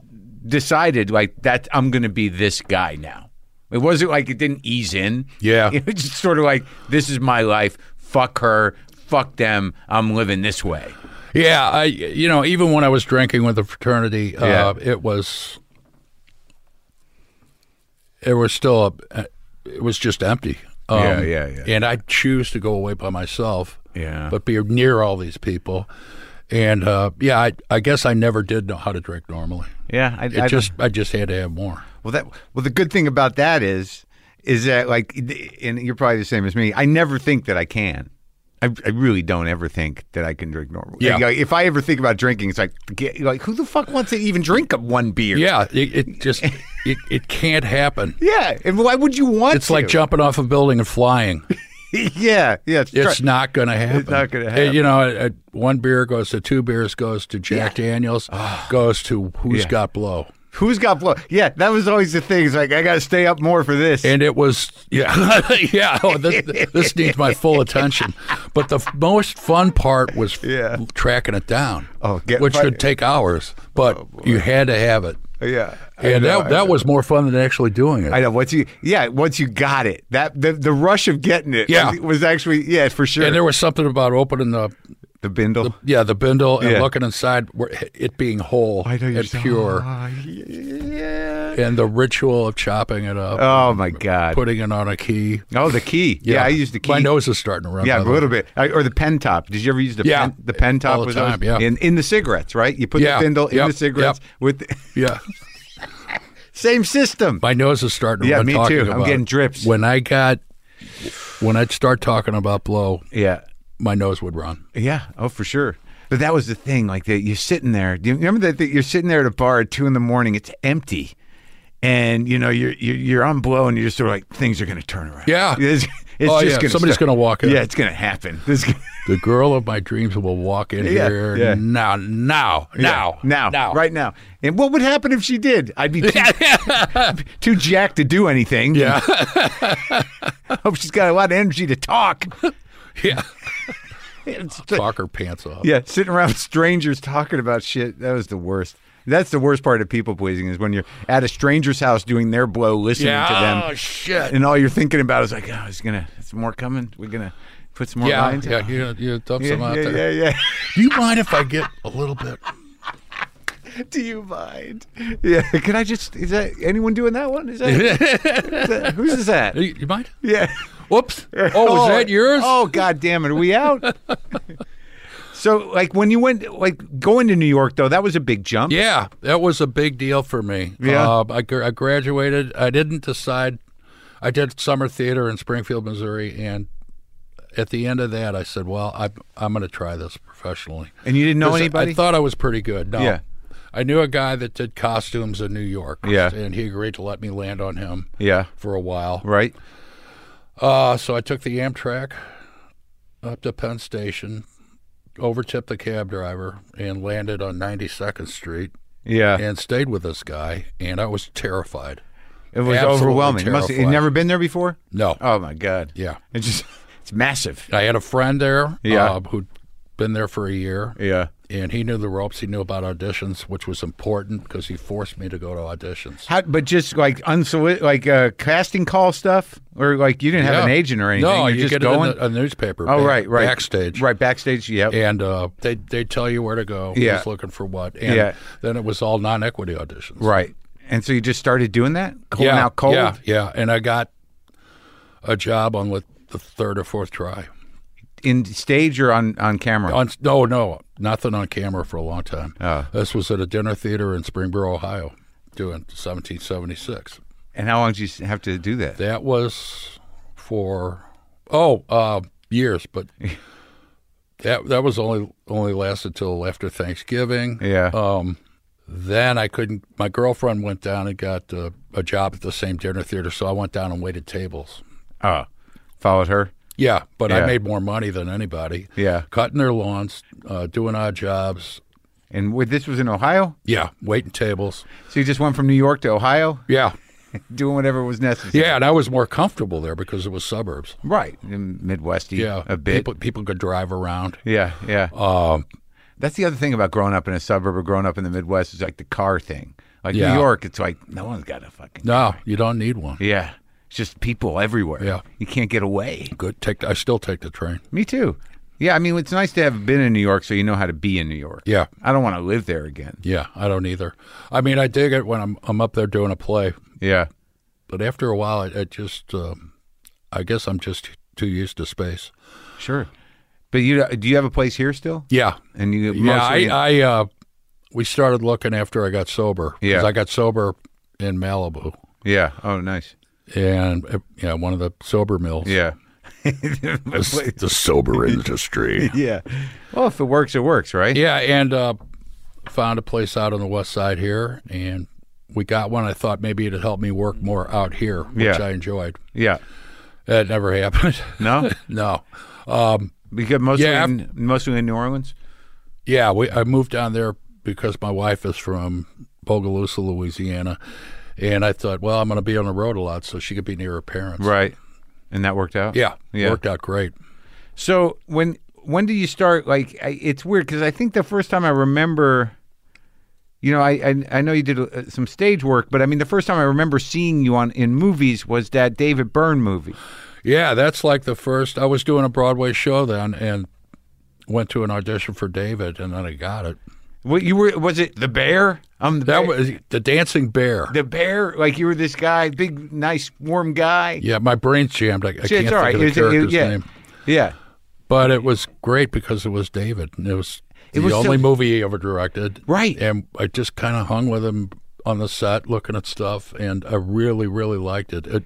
C: decided like that I'm going to be this guy now. It wasn't like it didn't ease in.
D: Yeah.
C: *laughs* it was just sort of like this is my life. Fuck her. Fuck them. I'm living this way.
D: Yeah, I you know, even when I was drinking with the fraternity, uh, it was it was still a, it was just empty. Um,
C: Yeah, yeah, yeah.
D: And I choose to go away by myself.
C: Yeah.
D: But be near all these people. And uh, yeah, I, I guess I never did know how to drink normally.
C: Yeah, I,
D: It just I just had to have more.
C: Well, that well, the good thing about that is, is that like, and you're probably the same as me. I never think that I can. I, I really don't ever think that I can drink normally.
D: Yeah.
C: Like, if I ever think about drinking, it's like, get, like who the fuck wants to even drink up one beer?
D: Yeah, it, it just it, it can't happen.
C: Yeah, and why would you want?
D: It's like
C: to?
D: jumping off a building and flying.
C: *laughs* yeah, yeah. It's,
D: It's
C: tr-
D: not going to happen.
C: not gonna
D: Uh,
C: happen.
D: You know, uh, one beer goes to two beers, goes to Jack Daniels, goes to who's
C: Ah. Yeah.
D: got blow.
C: who's got blow? Yeah, that was always the thing. It's like I got to stay up more for this.
D: And it was, yeah, *laughs* yeah. Oh, this, this needs my full attention. But the f- most fun part was
C: *laughs*
D: f-
C: Yeah.
D: tracking it down,
C: Oh, get
D: which
C: fi-
D: would take hours, but you had to have it.
C: yeah, I
D: And
C: know,
D: that
C: I
D: that
C: know.
D: was more fun than actually doing it.
C: I know once you yeah once you got it that the the rush of getting it
D: Yeah.
C: was, was actually yeah for sure
D: and there was something about opening the
C: the bindle
D: Yeah, the bindle and
C: Yeah.
D: looking inside, where- it being whole
C: I know you're
D: and
C: so-
D: pure,
C: Ah, yeah.
D: and the ritual of chopping it up,
C: Oh my god.
D: putting it on a key.
C: oh, the key. Yeah, I used the key.
D: My nose is starting to run.
C: Yeah,
D: by
C: a
D: the way.
C: little bit. I, or the pen top. Did you ever use the
D: Yeah.
C: pen? The pen top
D: All the
C: was
D: time, yeah.
C: in in the cigarettes, right? You put
D: Yeah.
C: the spindle in
D: Yep.
C: the cigarettes
D: Yep.
C: with *laughs* the,
D: Yeah,
C: same system.
D: my nose is starting. to
C: Yeah,
D: run
C: me
D: talking
C: too. I'm
D: about
C: getting
D: it.
C: drips.
D: When I got, when I'd start talking about blow,
C: Yeah,
D: my nose would run.
C: yeah. Oh, for sure. But that was the thing. Like that, you're sitting there. Do you remember that, that you're sitting there at a bar at two in the morning? It's empty, and you know you're you're, you're on blow, and you're just sort of like things are going to turn around.
D: Yeah.
C: *laughs* it's, it's
D: Oh,
C: just
D: yeah.
C: gonna
D: Somebody's
C: start-
D: gonna walk in.
C: Yeah, it's going to happen. This is gonna-
D: The girl of my dreams will walk in
C: Yeah,
D: here
C: yeah.
D: now, now, now,
C: now,
D: now.
C: right now. And what would happen if she did? I'd
D: *laughs*
C: be too, too jacked to do anything.
D: Yeah,
C: *laughs* Hope she's got a lot of energy to talk.
D: yeah.
C: *laughs* It's-
D: Talk her pants off.
C: yeah, sitting around with strangers talking about shit. That was the worst. That's the worst part of people pleasing is when you're at a stranger's house doing their blow, listening
D: Yeah.
C: to
D: Oh
C: them,
D: shit.
C: and all you're thinking about is like, oh, it's gonna, it's more coming. We're gonna put some more
D: Yeah,
C: lines.
D: yeah. You you dump
C: yeah,
D: some out
C: yeah,
D: there.
C: yeah, yeah. *laughs*
D: Do you mind if I get a little bit?
C: Do you mind? Yeah. Can I just? Is that anyone doing that one? Is that, is that who's is
D: *laughs*
C: that?
D: *laughs* You, you mind?
C: Yeah.
D: Whoops. Oh, was that yours?
C: *laughs* Oh, god damn it. Are we
D: *laughs*
C: out? so like when you went like going to New York though, that was a big jump.
D: Yeah, that was a big deal for me.
C: Yeah.
D: Uh, I, gr- I graduated. I didn't decide. I did summer theater in Springfield, Missouri, and at the end of that, I said, "Well, I, I'm going to try this professionally."
C: And you didn't know
D: 'Cause I-
C: anybody?
D: I thought I was pretty good. No.
C: Yeah.
D: I knew a guy that did costumes in New York.
C: Yeah.
D: And he agreed to let me land on him
C: yeah.
D: for a while.
C: Right.
D: Uh, so I took the Amtrak up to Penn Station, overtipped the cab driver, and landed on 92nd Street
C: Yeah.
D: and stayed with this guy. And I was terrified.
C: it was
D: absolutely
C: overwhelming. You must have
D: terrifying.
C: never been there before?
D: No.
C: Oh my god.
D: yeah.
C: It's just *laughs* it's massive.
D: I had a friend there
C: Yeah.
D: uh, who'd been there for a year.
C: Yeah.
D: and he knew the ropes. He knew about auditions, which was important because he forced me to go to auditions.
C: How, but just like unsolicited, like uh, casting call stuff, or like you didn't have
D: Yeah.
C: an agent or anything.
D: No,
C: You're
D: you
C: just
D: get
C: going.
D: it in the, a newspaper.
C: oh,
D: back-
C: right, right.
D: backstage,
C: Right, backstage. Yep.
D: And uh, they they tell you where to go,
C: Yeah.
D: who's looking for what, and
C: Yeah.
D: then it was all non-equity auditions.
C: Right. And so you just started doing that, going
D: yeah,
C: out cold.
D: Yeah, yeah. And I got a job on like the third or fourth try.
C: in stage or on on camera?
D: On no, no, nothing on camera for a long time.
C: Ah.
D: This was at a dinner theater in Springboro, Ohio, doing 1776.
C: and how long did you have to do that?
D: That was for oh uh, years,
C: *laughs*
D: but that that was only only lasted till after Thanksgiving.
C: Yeah.
D: Um, then I couldn't. My girlfriend went down and got uh, a job at the same dinner theater, so I went down and waited tables.
C: oh, followed her.
D: Yeah, but
C: Yeah.
D: I made more money than anybody.
C: Yeah.
D: cutting their lawns, uh, doing odd jobs.
C: And with, this was in Ohio,
D: Yeah, waiting tables.
C: so you just went from New York to Ohio,
D: Yeah,
C: doing whatever was necessary.
D: yeah, and I was more comfortable there because it was suburbs.
C: Right. In Midwesty.
D: Yeah,
C: A bit.
D: people, Um, people could drive around.
C: yeah. Yeah. That's the other thing about growing up in a suburb or growing up in the Midwest is like the car thing. Like
D: Yeah.
C: New York, it's like no one's got a fucking.
D: No, you don't need one.
C: Yeah. It's just people everywhere.
D: Yeah.
C: You can't get away.
D: Good. Take. I still take the train.
C: Me too. Yeah. I mean, it's nice to have been in New York so you know how to be in New York.
D: Yeah.
C: I don't want to live there again.
D: Yeah. I don't either. I mean, I dig it when I'm I'm up there doing a play,
C: Yeah.
D: but after a while, it, it just. Um, I guess I'm just too used to space.
C: Sure. But you do you have a place here still?
D: Yeah.
C: And you
D: Yeah. I.
C: mostly
D: I uh, we started looking after I got sober. 'cause
C: Yeah.
D: I got sober in Malibu,
C: yeah. Oh, nice.
D: and uh, yeah, one of the sober mills. *laughs*
C: Yeah.
D: The,
C: *laughs*
D: the sober industry.
C: yeah. Well, if it works, it works, right?
D: Yeah, and uh, found a place out on the west side here, and we got one. I thought maybe it'd help me work more out here, which
C: Yeah.
D: I enjoyed.
C: Yeah.
D: That never *laughs* happened.
C: No,
D: no.
C: because mostly
D: Yeah, I've-
C: in, mostly in New Orleans.
D: Yeah, we, I moved down there because my wife is from Bogalusa, Louisiana, and I thought, well, I'm going to be on the road a lot, so she could be near her parents.
C: Right. And that worked out.
D: Yeah,
C: Yeah.
D: worked out great.
C: So when when do you start? Like I, it's weird because I think the first time I remember, you know, I I, I know you did uh, some stage work, but I mean the first time I remember seeing you on in movies was that David Byrne movie.
D: Yeah, that's like the first. I was doing a Broadway show then, and went to an audition for David, and then I got it.
C: What you were was it the bear? Um, the
D: That
C: bear,
D: was the Dancing Bear.
C: the bear. Like you were this guy, big, nice, warm guy.
D: Yeah, my brain's jammed. I, I
C: Shit,
D: can't
C: it's
D: think
C: all right.
D: of the
C: It's- it-
D: character's
C: yeah.
D: name.
C: Yeah.
D: But it was great because it was David. And it was the
C: was
D: only
C: so-
D: movie he ever directed.
C: Right.
D: And I just kind of hung with him on the set looking at stuff. And I really, really liked it. It,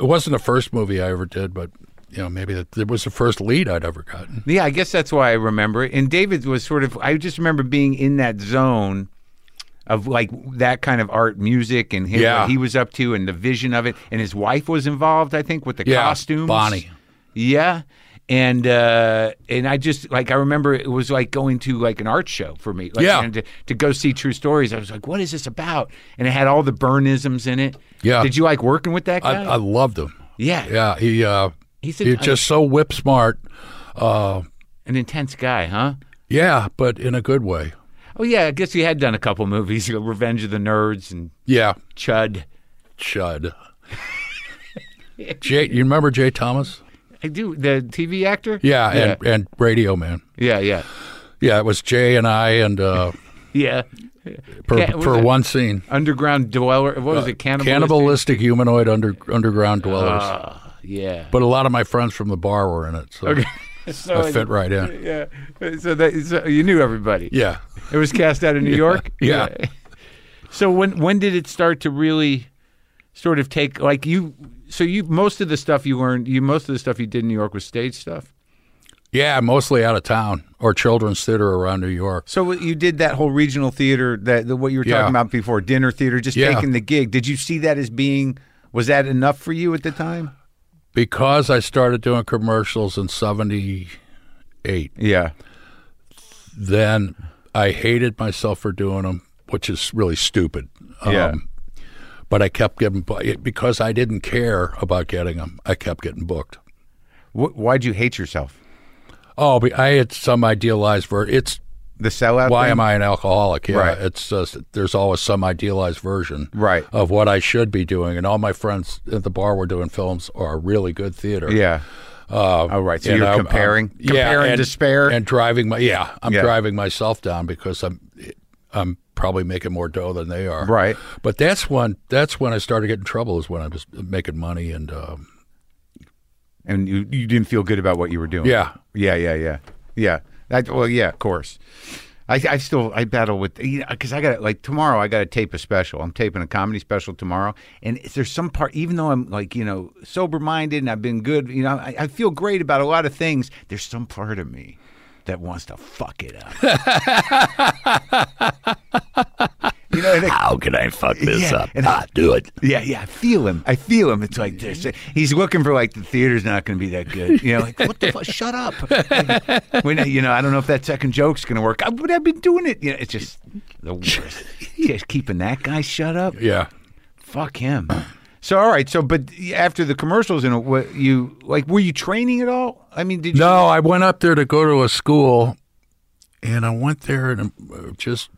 D: it wasn't the first movie I ever did, but. You know, maybe that it was the first lead I'd ever gotten.
C: Yeah, I guess that's why I remember it. And David was sort of, I just remember being in that zone of like that kind of art music and him,
D: Yeah.
C: what he was up to and the vision of it. And his wife was involved, I think, with the
D: Yeah,
C: costumes.
D: Bonnie.
C: Yeah. And uh, and I just like I remember it was like going to like an art show for me. Like,
D: Yeah.
C: and to, to go see True Stories, I was like, "What is this about?" And it had all the Burnisms in it.
D: Yeah.
C: Did you like working with that
D: I,
C: guy?
D: I loved him.
C: yeah.
D: Yeah, he uh,
C: He's a-
D: he's just so whip smart.
C: An intense guy, huh?
D: Yeah, but in a good way.
C: Oh yeah, I guess he had done a couple movies, *laughs* you know, Revenge of the Nerds and
D: Yeah,
C: Chud.
D: Chud. Jay, you remember Jay Thomas?
C: I do the TV actor.
D: Yeah,
C: yeah,
D: and and Radio Man.
C: yeah, yeah,
D: Yeah, it was Jay and I, and uh,
C: yeah.
D: for,
C: Ca- what
D: for
C: was it?
D: one scene,
C: Underground dweller. What
D: Uh,
C: was it? Cannibalistic?
D: cannibalistic humanoid under underground dwellers.
C: Ah. Uh, Yeah.
D: but a lot of my friends from the bar were in it, so
C: *laughs* so
D: I fit right in.
C: Oh, Yeah. So that so you knew everybody.
D: Yeah,
C: It was cast out of New York.
D: *laughs* Yeah.
C: So when when did it start to really sort of take like you so you most of the stuff you learned, you most of the stuff you did in New York was stage stuff.
D: Yeah, mostly out of town or children's theater around New York.
C: So you did that whole regional theater that the, what you were talking
D: Yeah.
C: about before, dinner theater, just
D: Yeah.
C: taking the gig. Did you see that as being was that enough for you at the time?
D: Because I started doing commercials in 78,
C: Yeah.
D: then I hated myself for doing them, which is really stupid. Um,
C: Yeah.
D: but I kept getting bu- because I didn't care about getting them. I kept getting booked.
C: Wh- why'd you hate yourself?
D: Oh, but I had some idealized version. It's
C: The sellout.
D: why
C: thing?
D: am I an alcoholic? Yeah,
C: Right.
D: it's just, there's always some idealized version
C: Right.
D: of what I should be doing, and all my friends at the bar were doing films or really good theater.
C: Yeah. oh right. So
D: Uh, And
C: you're
D: I'm- I'm-
C: comparing,
D: um, yeah,
C: comparing
D: and-
C: despair.
D: and driving my yeah, I'm
C: Yeah.
D: driving myself down because I'm I'm probably making more dough than they are.
C: Right.
D: But that's when that's when I started getting trouble is when I was making money and um,
C: and you, you didn't feel good about what you were doing.
D: Yeah.
C: yeah, yeah, yeah, yeah. I, well, yeah, of course. I, I still I battle with because I got like tomorrow I got to tape a special. I'm taping a comedy special tomorrow, and if there's some part even though I'm like you know sober minded and I've been good, you know I, I feel great about a lot of things. There's some part of me that wants to fuck it up. you know, and it-
D: how can I fuck
C: this Yeah, up? and I- Ah,
D: do it.
C: yeah, yeah, I feel him. I feel him. It's like this. He's looking for like the theater's not going to be that good. You know, like what the fuck? Shut up. *laughs* When I- you know, I don't know if that second joke's going to work. I, but I've been doing it. You know, it's just the worst. Just keeping that guy shut up.
D: Yeah.
C: Fuck him. So all right. So but after the commercials and what you like, were you training at all? I mean, did you?
D: No, I went up there to go to a school, and I went there and uh, just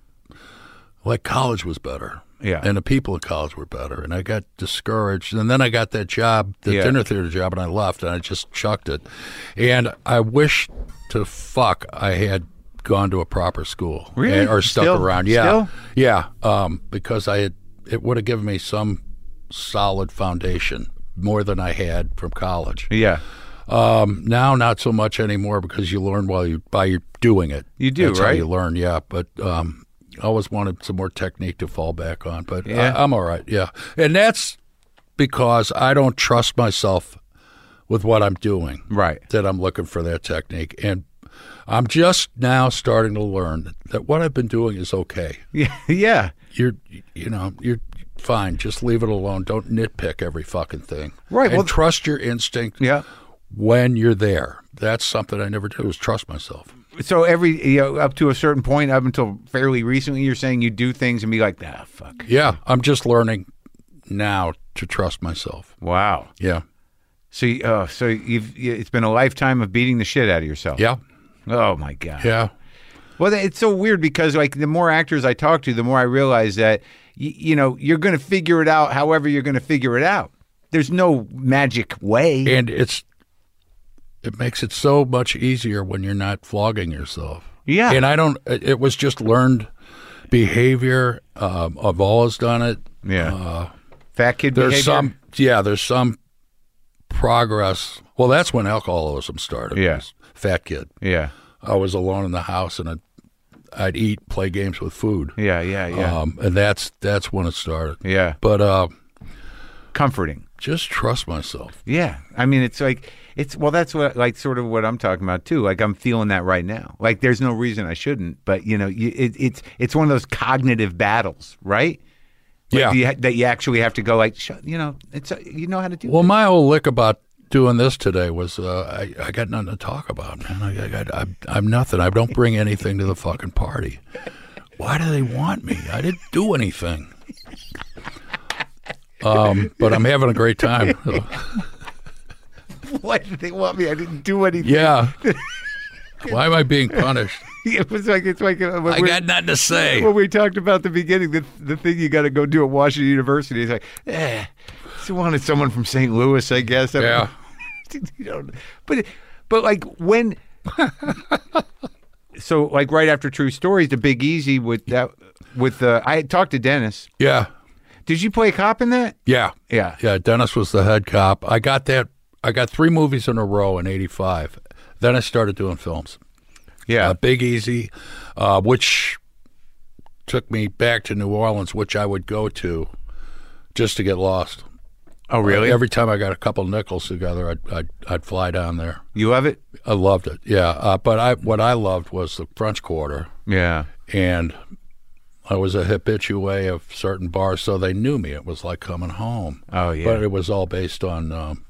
D: like college was better.
C: Yeah.
D: and the people at college were better, and I got discouraged, and then I got that job, the
C: Yeah.
D: dinner theater job, and I left, and I just chucked it, and I wish to fuck I had gone to a proper school,
C: Really?
D: and- or stuck
C: Still-
D: around, yeah,
C: still?
D: yeah, um, because I had it would have given me some solid foundation more than I had from college
C: Yeah.
D: now not so much anymore because you learn while you by you doing it.
C: You do,
D: That's
C: right?
D: How you learn, yeah. But um, I always wanted some more technique to fall back on. But
C: Yeah.
D: I, I'm all right, yeah. And that's because I don't trust myself with what I'm doing.
C: Right. *laughs*
D: That I'm looking for that technique, and I'm just now starting to learn that what I've been doing is okay.
C: Yeah. Yeah.
D: You're, you know, you're fine. Just leave it alone. Don't nitpick every fucking thing.
C: Right,
D: And
C: well-
D: trust your instinct
C: Yeah.
D: when you're there. That's something I never do is trust myself.
C: So every you know, up to a certain point, up until fairly recently, you're saying you do things and be like, ah, fuck.
D: Yeah, I'm just learning now to trust myself.
C: Wow.
D: Yeah,
C: So, you- uh, so you've you- it's been a lifetime of beating the shit out of yourself.
D: yeah,
C: Oh my god.
D: yeah.
C: Well, th- it's so weird because like the more actors I talk to, the more I realize that y- you know you're going to figure it out. However, you're going to figure it out. There's no magic way.
D: And it's it makes it so much easier when you're not flogging yourself.
C: Yeah.
D: and I don't. It it was just learned behavior. Um, I've always done it.
C: yeah. Fat kid
D: There's
C: behavior.
D: some. Yeah, there's some progress. Well, that's when alcoholism started.
C: Yeah.
D: was fat kid.
C: Yeah.
D: I was alone in the house and I'd, I'd eat, play games with food.
C: Yeah. Yeah. Yeah.
D: Um, and that's that's when it started.
C: yeah.
D: But uh,
C: Comforting.
D: just trust myself.
C: Yeah. I mean, it's like, it's, well, that's what, like, sort of what I'm talking about too. Like, I'm feeling that right now. Like, there's no reason I shouldn't, but, you know, you, it, it's, it's one of those cognitive battles, right? Like,
D: Yeah.
C: do you ha- that you actually have to go, like, shut, you know, it's, uh, you know how to do *laughs*
D: Well, my whole lick about doing this today was uh, I, I got nothing to talk about, man. I, I got, I'm, I'm nothing. I don't bring anything to the fucking party. Why do they want me? I didn't do anything. Um, but I'm having a
C: *laughs*
D: great time.
C: Why did they want me? I didn't do anything. *laughs*
D: yeah. Why am I being punished?
C: It was like, it's like, uh, when
D: I
C: we're-
D: got nothing to say.
C: when we talked about at the beginning, the, the thing you got to go do at Washington University is like, eh, so wanted someone from St. Louis, I guess. I mean,
D: Yeah.
C: *laughs* you don't, but but like when, *laughs* so like right after True Stories, the Big Easy with that with the I had talked to Dennis.
D: Yeah.
C: Did you play cop in that?
D: Yeah.
C: Yeah.
D: Yeah, Dennis was the head cop. I got that. I got three movies in a row in '85. Then I started doing films.
C: Yeah.
D: Uh, Big Easy, uh, which took me back to New Orleans, which I would go to just to get lost.
C: Oh, really?
D: Every time I got a couple nickels together, I'd, I'd, I'd fly down there.
C: you love it?
D: I loved it. Yeah. Uh, but I what I loved was the French Quarter,
C: Yeah.
D: and I was a habitué of certain bars, so they knew me. It was like coming home.
C: Oh, yeah.
D: But it was all based on um,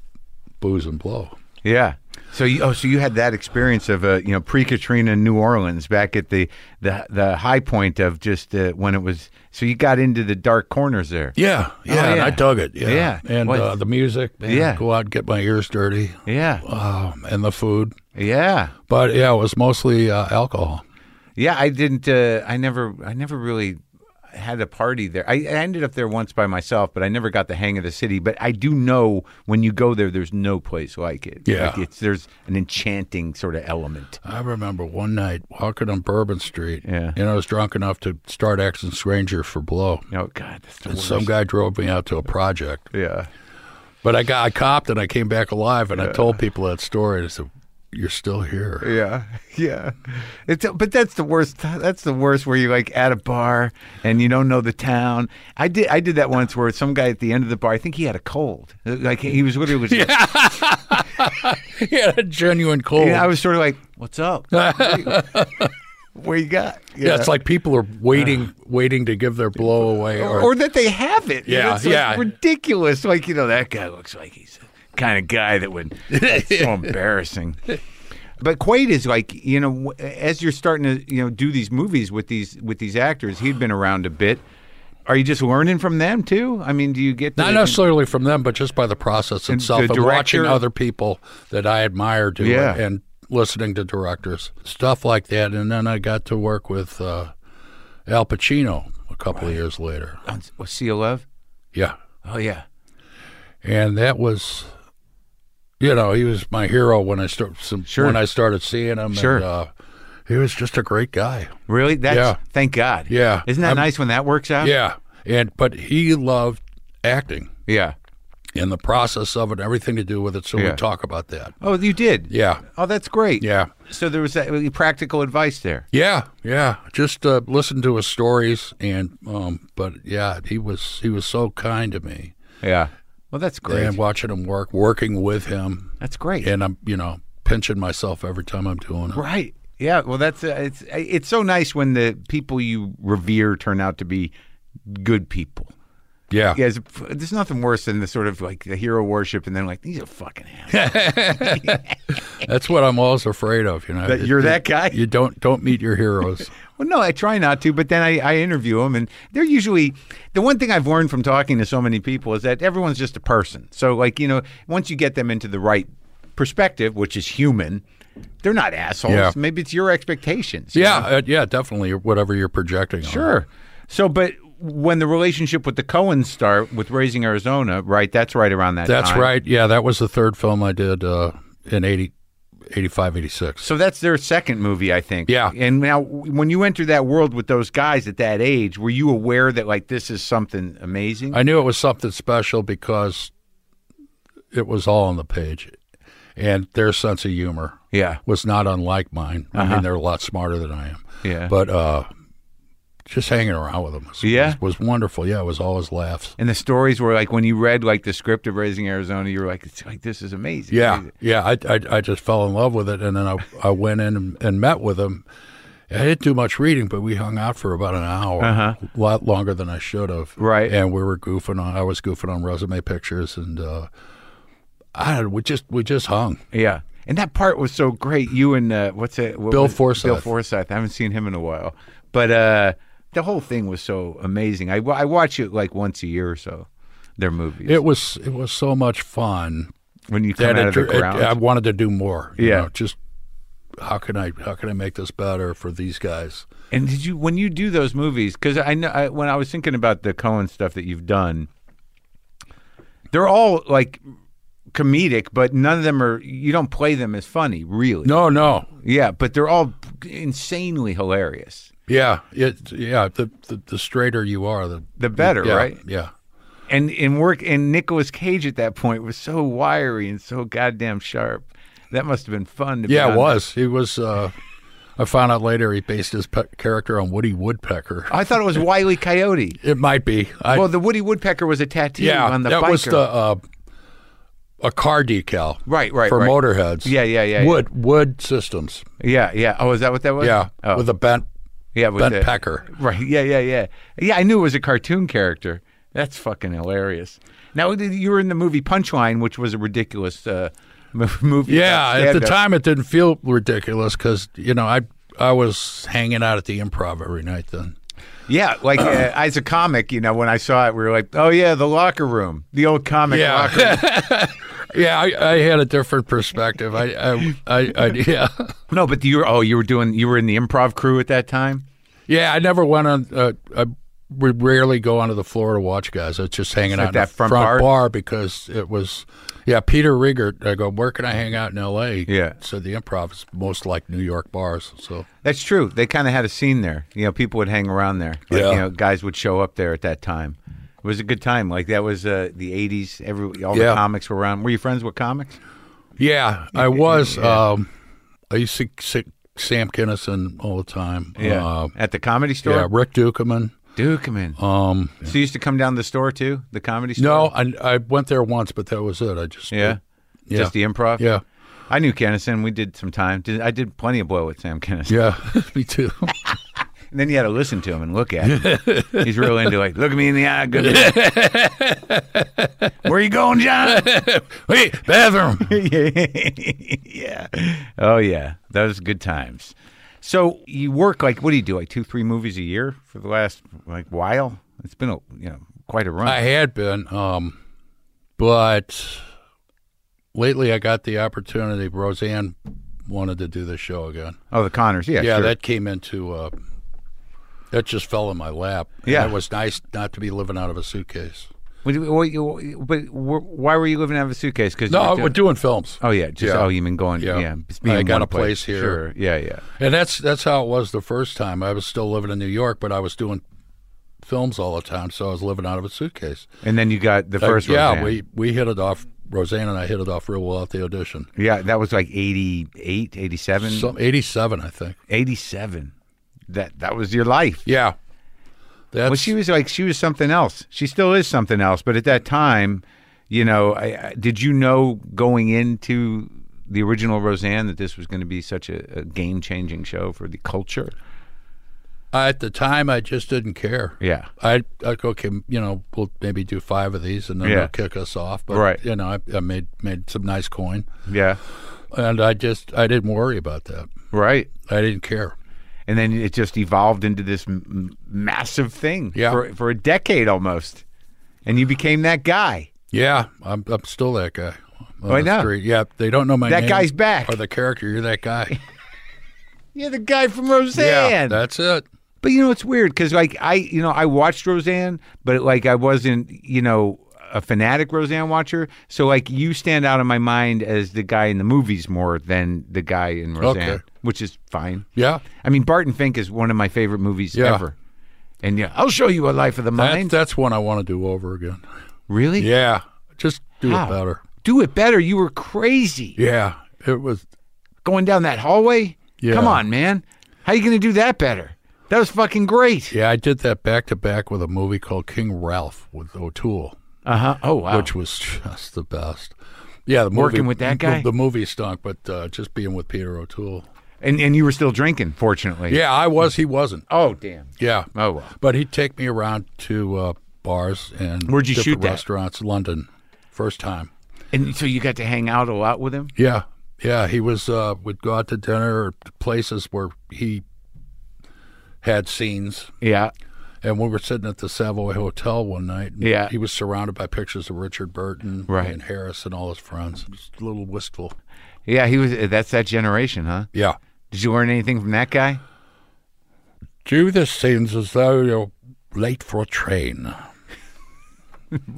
D: booze and blow.
C: Yeah. So you, oh, so you had that experience of uh, you know pre Katrina New Orleans back at the the the high point of just uh, when it was. So you got into the dark corners there.
D: Yeah, Oh, yeah, and
C: yeah.
D: I dug it. Yeah,
C: Yeah.
D: and
C: Well,
D: uh, the music. Man,
C: yeah.
D: go out and get my ears dirty.
C: Yeah.
D: Um, and the food,
C: Yeah.
D: but yeah, it was mostly uh, alcohol.
C: Yeah. I didn't. Uh, I never. I never really had a party there. I, I ended up there once by myself, but I never got the hang of the city. But I do know when you go there, there's no place like it.
D: Yeah.
C: Like it's there's an enchanting sort of element.
D: I remember one night walking on Bourbon Street,
C: Yeah.
D: and I was drunk enough to start asking strangers for blow.
C: Oh God. That's the
D: And
C: worst.
D: some guy drove me out to a project,
C: yeah.
D: but I got I copped and I came back alive, and I told people that story. And I said, "You're still here."
C: *laughs* Yeah, yeah. It's but that's the worst. That's the worst where you're like at a bar and you don't know the town. I did I did that once where some guy at the end of the bar, I think he had a cold. Like he was *laughs* literally was like-
D: yeah, a genuine cold.
C: and
D: Yeah,
C: I was sort of like, "What's *laughs* up? where you got?" Yeah,
D: it's like people are waiting, waiting to give their blow away,
C: or,
D: or,
C: that they have it.
D: Yeah,
C: That's, like,
D: yeah.
C: ridiculous. Like you know, that guy looks like he's the kind of guy that would. That's so
D: *laughs*
C: embarrassing. But Quaid is like you know, w- as you're starting to you know do these movies with these with these actors, he'd been around a bit. Are you just learning from them too? I mean, do you get to,
D: not necessarily from them, but just by the process itself and, watching
C: director-
D: other people that I admire do
C: Yeah.
D: it and listening to directors, stuff like that. And then I got to work with uh, Al Pacino a couple of years later.
C: on s- with Oh, Sea of Love?
D: Yeah.
C: Oh yeah,
D: and that was you know he was my hero when i start some,
C: Sure.
D: when i started seeing him
C: Sure.
D: and, uh, he was just a great guy
C: really? That's
D: Yeah.
C: thank God.
D: Yeah.
C: isn't that
D: I'm-
C: nice when that works out?
D: yeah and but he loved acting
C: yeah.
D: and the process of it everything to do with it so
C: Yeah.
D: we talk about that
C: Oh, you did.
D: yeah
C: Oh, that's great.
D: yeah
C: So there was that really practical advice there.
D: yeah yeah just uh, listen to his stories and um but yeah he was he was so kind to me
C: Yeah. Well, that's great.
D: and watching him work working with him
C: that's great.
D: and i'm you know pinching myself every time i'm doing it
C: Right. Yeah. Well, that's uh, it's it's so nice when the people you revere turn out to be good people.
D: yeah
C: Yeah, it's- there's nothing worse than the sort of like the hero worship, and then like these are fucking assholes.
D: That's what I'm always afraid of, you know.
C: That you're that guy?
D: You don't don't meet
C: *laughs*
D: your heroes.
C: well, no, I try not to, but then I, I interview them, and they're usually the one thing I've learned from talking to so many people is that everyone's just a person. So like you know, once you get them into the right perspective, which is human, they're not assholes.
D: Yeah.
C: Maybe it's your expectations. you
D: yeah,
C: know?
D: uh, yeah, definitely. Whatever you're projecting. on.
C: Sure. So, but when the relationship with the Cohens start with Raising Arizona, right? That's right around that.
D: That's
C: time.
D: right. Yeah, that was the third film I did uh, in 80, 85, 86.
C: So that's their second movie, I think.
D: Yeah.
C: And now, when you enter that world with those guys at that age, were you aware that like this is something amazing?
D: I knew it was something special because it was all on the page, and their sense of humor
C: yeah.
D: was not unlike mine. I mean, they're a lot smarter than I am.
C: Uh-huh. Yeah.
D: But uh, just hanging around with them was,
C: Yeah?
D: was, was wonderful. Yeah, it was always laughs.
C: And the stories were like when you read like the script of Raising Arizona, you were like, it's like this is amazing.
D: Yeah, yeah. I, I I just fell in love with it, and then I I went in and, and met with him. I didn't do much reading, but we hung out for about an hour, a lot longer than I should have.
C: Uh-huh. Right.
D: and we were goofing on. I was goofing on resume pictures, and uh, I don't- we just we just hung.
C: Yeah. And that part was so great. You and uh, what's it? what
D: Bill
C: was-
D: Forsyth.
C: Bill Forsyth. I haven't seen him in a while, but uh, the whole thing was so amazing. I, wa- I watch it like once a year or so. Their movies.
D: It was it was so much fun
C: when you come out
D: it
C: of the
D: drew- it-
C: ground.
D: I wanted to do more. you
C: Yeah.
D: know, just how can I how can I make this better for these guys?
C: and did you when you do those movies? Because I know I, when I was thinking about the Cohen stuff that you've done, they're all like comedic, but none of them are. You don't play them as funny, really.
D: No, no,
C: Yeah, but they're all insanely hilarious.
D: yeah, it yeah. The the, the straighter you are, the
C: The better,
D: yeah,
C: right?
D: Yeah.
C: and and work and Nicolas Cage at that point was so wiry and so goddamn sharp. That must have been fun. To be
D: Yeah,
C: on
D: it was. He was. Uh, I found out later he based his pe- character on Woody Woodpecker.
C: I thought it was Wiley Coyote.
D: It might be. *laughs* I,
C: well, the Woody Woodpecker was a tattoo
D: yeah,
C: on the
D: that was
C: biker.
D: the uh, a car decal.
C: Right, right,
D: For
C: right.
D: motorheads.
C: Yeah, yeah, yeah, yeah.
D: Wood wood systems.
C: Yeah, yeah. Oh, is that what that was?
D: Yeah.
C: Oh,
D: With a bent
C: yeah, with
D: bent
C: the-
D: pecker.
C: Right. Yeah, yeah, yeah. Yeah, I knew it was a cartoon character. That's fucking hilarious. Now th- you were in the movie Punchline, which was a ridiculous uh, *laughs* mo- movie.
D: Yeah,
C: about
D: at the
C: stand-up.
D: time it didn't feel ridiculous because you know I I was hanging out at the improv every night then.
C: Yeah, like uh,
D: Uh-huh.
C: as a comic, you know, when I saw it, we were like, "Oh yeah, the locker room, the old comic locker room."
D: *laughs* yeah, I, I had a different perspective. I I, I, I yeah.
C: No, but you were oh, you were doing you were in the improv crew at that time.
D: Yeah, I never went on. Uh, I would rarely go onto the floor to watch guys. I was just hanging out in
C: that
D: the
C: front
D: front,
C: bar?
D: bar? because it was. Yeah, Peter Riegert. I go, where can I hang out in L.A.?
C: Yeah.
D: So the improv is most like New York bars. So
C: That's true. They kind of had a scene there. You know, people would hang around there. Like,
D: Yeah.
C: You know, guys would show up there at that time. It was a good time. Like that was uh, the '80s. Every all the
D: Yeah.
C: comics were around. Were you friends with comics?
D: yeah, I was. Um, I used to see Sam Kinison all the time. Uh,
C: at the comedy store.
D: yeah, Rick Dukeman.
C: Dude, come in.
D: Um,
C: so you used to come down the store too, the comedy store.
D: no, I, I went there once, but that was it. I just
C: Yeah.
D: yeah,
C: Just the improv.
D: yeah,
C: I knew Kennison. We did some time. Did, I did plenty of blow with Sam Kennison.
D: yeah. *laughs* Me too.
C: And then you had to listen to him and look at
D: *laughs*
C: him. He's real into like, look at me in the eye, good.
D: *laughs*
C: man." Where you going, John?
D: Wait, bathroom.
C: *laughs* yeah. Oh yeah, those good times. So you work like what do you do? Like two, three movies a year for the last like while. It's been a you know quite a run.
D: I had been, um, but lately I got the opportunity. Roseanne wanted to do the show again.
C: oh, the Connors. Yeah.
D: yeah,
C: sure.
D: that came into uh, that just fell in my lap. And
C: Yeah.
D: it was nice not to be living out of a suitcase.
C: What, what, you- but wh- why were you living out of a suitcase? Because
D: No, we're doing films,
C: Oh yeah, just
D: Yeah.
C: oh you mean going yeah.
D: Yeah.
C: just being
D: I
C: in
D: got
C: one
D: a place here.
C: Sure. Yeah, yeah.
D: and that's that's how it was the first time. I was still living in New York, but I was doing films all the time, so I was living out of a suitcase.
C: And then you got the
D: Like,
C: first.
D: yeah,
C: Roseanne.
D: we we hit it off. Roseanne and I hit it off real well at the audition.
C: yeah that was like 88, 87,
D: Some eighty-seven, I think.
C: 87. That that was your life.
D: Yeah. That's,
C: Well, she was like she was something else. She still is something else. But at that time, you know, I, I, did you know going into the original Roseanne that this was going to be such a, a game changing show for the culture?
D: I- at the time, I just didn't care.
C: Yeah.
D: I, I go, okay, you know, we'll maybe do five of these and then
C: Yeah.
D: they'll kick us off. But,
C: Right.
D: you know, I, I made, made some nice coin.
C: Yeah,
D: And I just, I didn't worry about that.
C: right.
D: I didn't care.
C: And then it just evolved into this m- massive thing
D: Yeah.
C: for for a decade almost, and you became that guy.
D: Yeah. I'm, I'm still that guy. on
C: I
D: the
C: know.
D: street. Yeah. They don't know my
C: That
D: name
C: guy's back.
D: Or the character. You're
C: *laughs*
D: that guy.
C: You're the guy from
D: yeah.
C: Roseanne.
D: That's it.
C: But you know, it's weird because like I, you know, I watched Roseanne, but like I wasn't, you know, a fanatic Roseanne watcher. So like you stand out in my mind as the guy in the movies more than the guy in Roseanne,
D: Okay.
C: which is fine.
D: Yeah.
C: I mean, Barton Fink is one of my favorite movies
D: Yeah.
C: ever. And yeah, I'll show you a life of the
D: That,
C: mind.
D: that's one I want to do
C: *laughs*
D: over again.
C: really?
D: Yeah. Just do
C: How?
D: it better.
C: Do it better. You were crazy
D: Yeah. It was,
C: going down that hallway.
D: Yeah.
C: Come on, man. How you going to do that better? That was fucking great.
D: yeah, I did that back to back with a movie called King Ralph with O'Toole.
C: Uh huh. Oh wow.
D: which was *laughs* just the best. Yeah, the movie,
C: Working with that guy?
D: The, movie stunk, but uh, just being with Peter O'Toole.
C: and and you were still drinking, fortunately.
D: Yeah, I was. He wasn't.
C: Oh damn.
D: Yeah.
C: Oh, well.
D: But he'd take me around to uh, bars and
C: Where'd you
D: different
C: shoot that?
D: restaurants. London, first time.
C: And so you got to hang out a lot with him?
D: Yeah, yeah. He was uh, would go out to dinner or places where he had scenes.
C: Yeah.
D: And we were sitting at the Savoy Hotel one night. and
C: Yeah.
D: He was surrounded by pictures of Richard Burton
C: Right.
D: and Harris and all his friends. Just a little wistful.
C: Yeah, he was that's that generation, huh?
D: Yeah.
C: Did you learn anything from that guy?
D: Judith seems as though you're late for a train.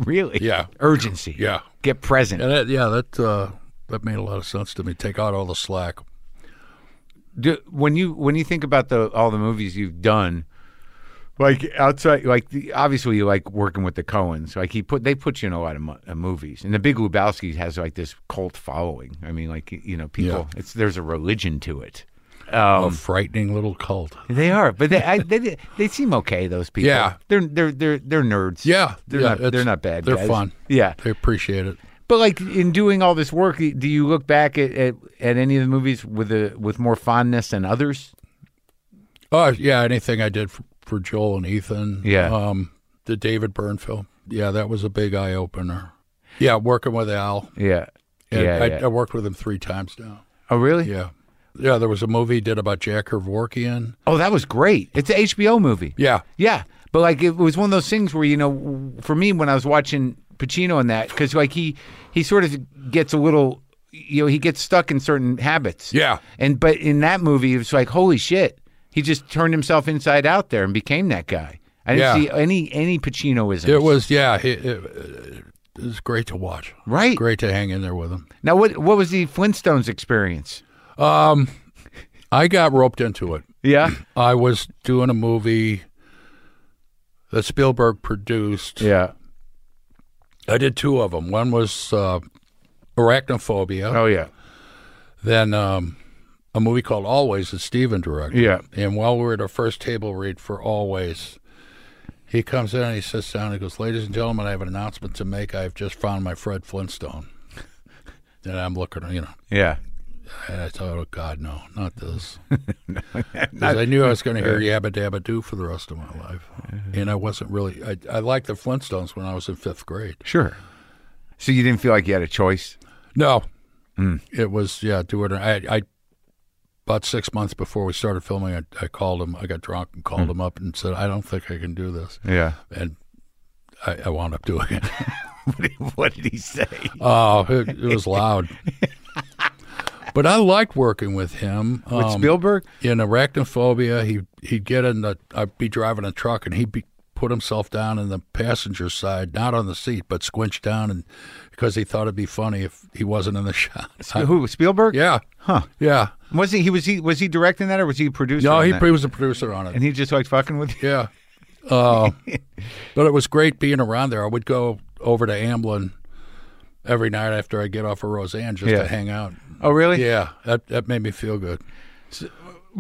C: Really?
D: Yeah.
C: Urgency.
D: Yeah.
C: Get present.
D: And that, yeah, that uh, that made a lot of sense to me. Take out all the slack.
C: Do, when you when you think about the all the movies you've done like outside like the, obviously you like working with the Coens. Like he put they put you in a lot of mo- uh, movies. And the Big Lebowski has like this cult following. I mean like you know people it's there's a religion to it. Um,
D: a frightening little cult.
C: They are, but they I, they they seem okay. Those people.
D: Yeah.
C: they're they're they're they're nerds.
D: Yeah,
C: they're
D: yeah,
C: not
D: it's-
C: they're not bad.
D: they're
C: guys.
D: fun.
C: Yeah,
D: They appreciate it.
C: But like in doing all this work, do you look back at, at, at any of the movies with a with more fondness than others?
D: Oh yeah, anything I did for, for Joel and Ethan.
C: Yeah.
D: Um, the David Byrne film. Yeah, that was a big eye opener. Yeah, working with Al.
C: Yeah.
D: And
C: yeah,
D: I,
C: yeah.
D: I worked with him three times now.
C: oh really?
D: Yeah. Yeah, there was a movie he did about Jack Kevorkian.
C: Oh, that was great. It's an HBO movie.
D: Yeah.
C: Yeah, but like it was one of those things where you know, for me when I was watching Pacino in that, because like he he sort of gets a little, you know, he gets stuck in certain habits.
D: Yeah.
C: and but in that movie, it's like holy shit, he just turned himself inside out there and became that guy. I didn't
D: Yeah.
C: see any any Pacinoism.
D: It was, yeah, he- it, it, was great to watch.
C: right
D: Great to hang in there with him.
C: now. What what was the Flintstones experience?
D: I got roped into it.
C: Yeah,
D: I was doing a movie that Spielberg produced.
C: yeah.
D: I did two of them. One was uh, Arachnophobia,
C: Oh yeah,
D: then um, a movie called Always that Steven directed.
C: Yeah.
D: And while we were at our first table read for Always, he comes in and he sits down and he goes, Ladies and gentlemen, I have an announcement to make. I've just found my Fred Flintstone. *laughs* And I'm looking, you know,
C: yeah.
D: and I thought, oh, God, no, not this. Because I knew I was going to hear Yabba Dabba Doo for the rest of my life. And I wasn't really, I, I liked the Flintstones when I was in fifth grade.
C: Sure. So you didn't feel like you had a choice.
D: No.
C: Mm.
D: It was, yeah, do it. or- I, I, about six months before we started filming, I, I called him. I got drunk and
C: Mm.
D: called him up and said, I don't think I can do this.
C: Yeah.
D: And I, I wound up doing it.
C: *laughs*
D: *laughs*
C: what did he say?
D: Oh, it, it
C: *laughs*
D: was loud. but I liked working with him.
C: With
D: Um,
C: Spielberg?
D: in arachnophobia, he he'd get in the I'd be driving a truck and he'd be put himself down in the passenger side, not on the seat, but squinched down and because he thought it'd be funny if he wasn't in the *laughs* shot. I-
C: Who Spielberg?
D: yeah. Huh. Yeah.
C: Was he? He was he was he directing that or was he producing?
D: No,
C: on
D: he,
C: that?
D: he was a producer on it.
C: and he just liked fucking with you.
D: Yeah. Uh, *laughs* but it was great being around there. I would go over to Amblin every night after I get off of Roseanne just
C: Yeah.
D: to hang out.
C: Oh, really?
D: Yeah, that that made me feel good.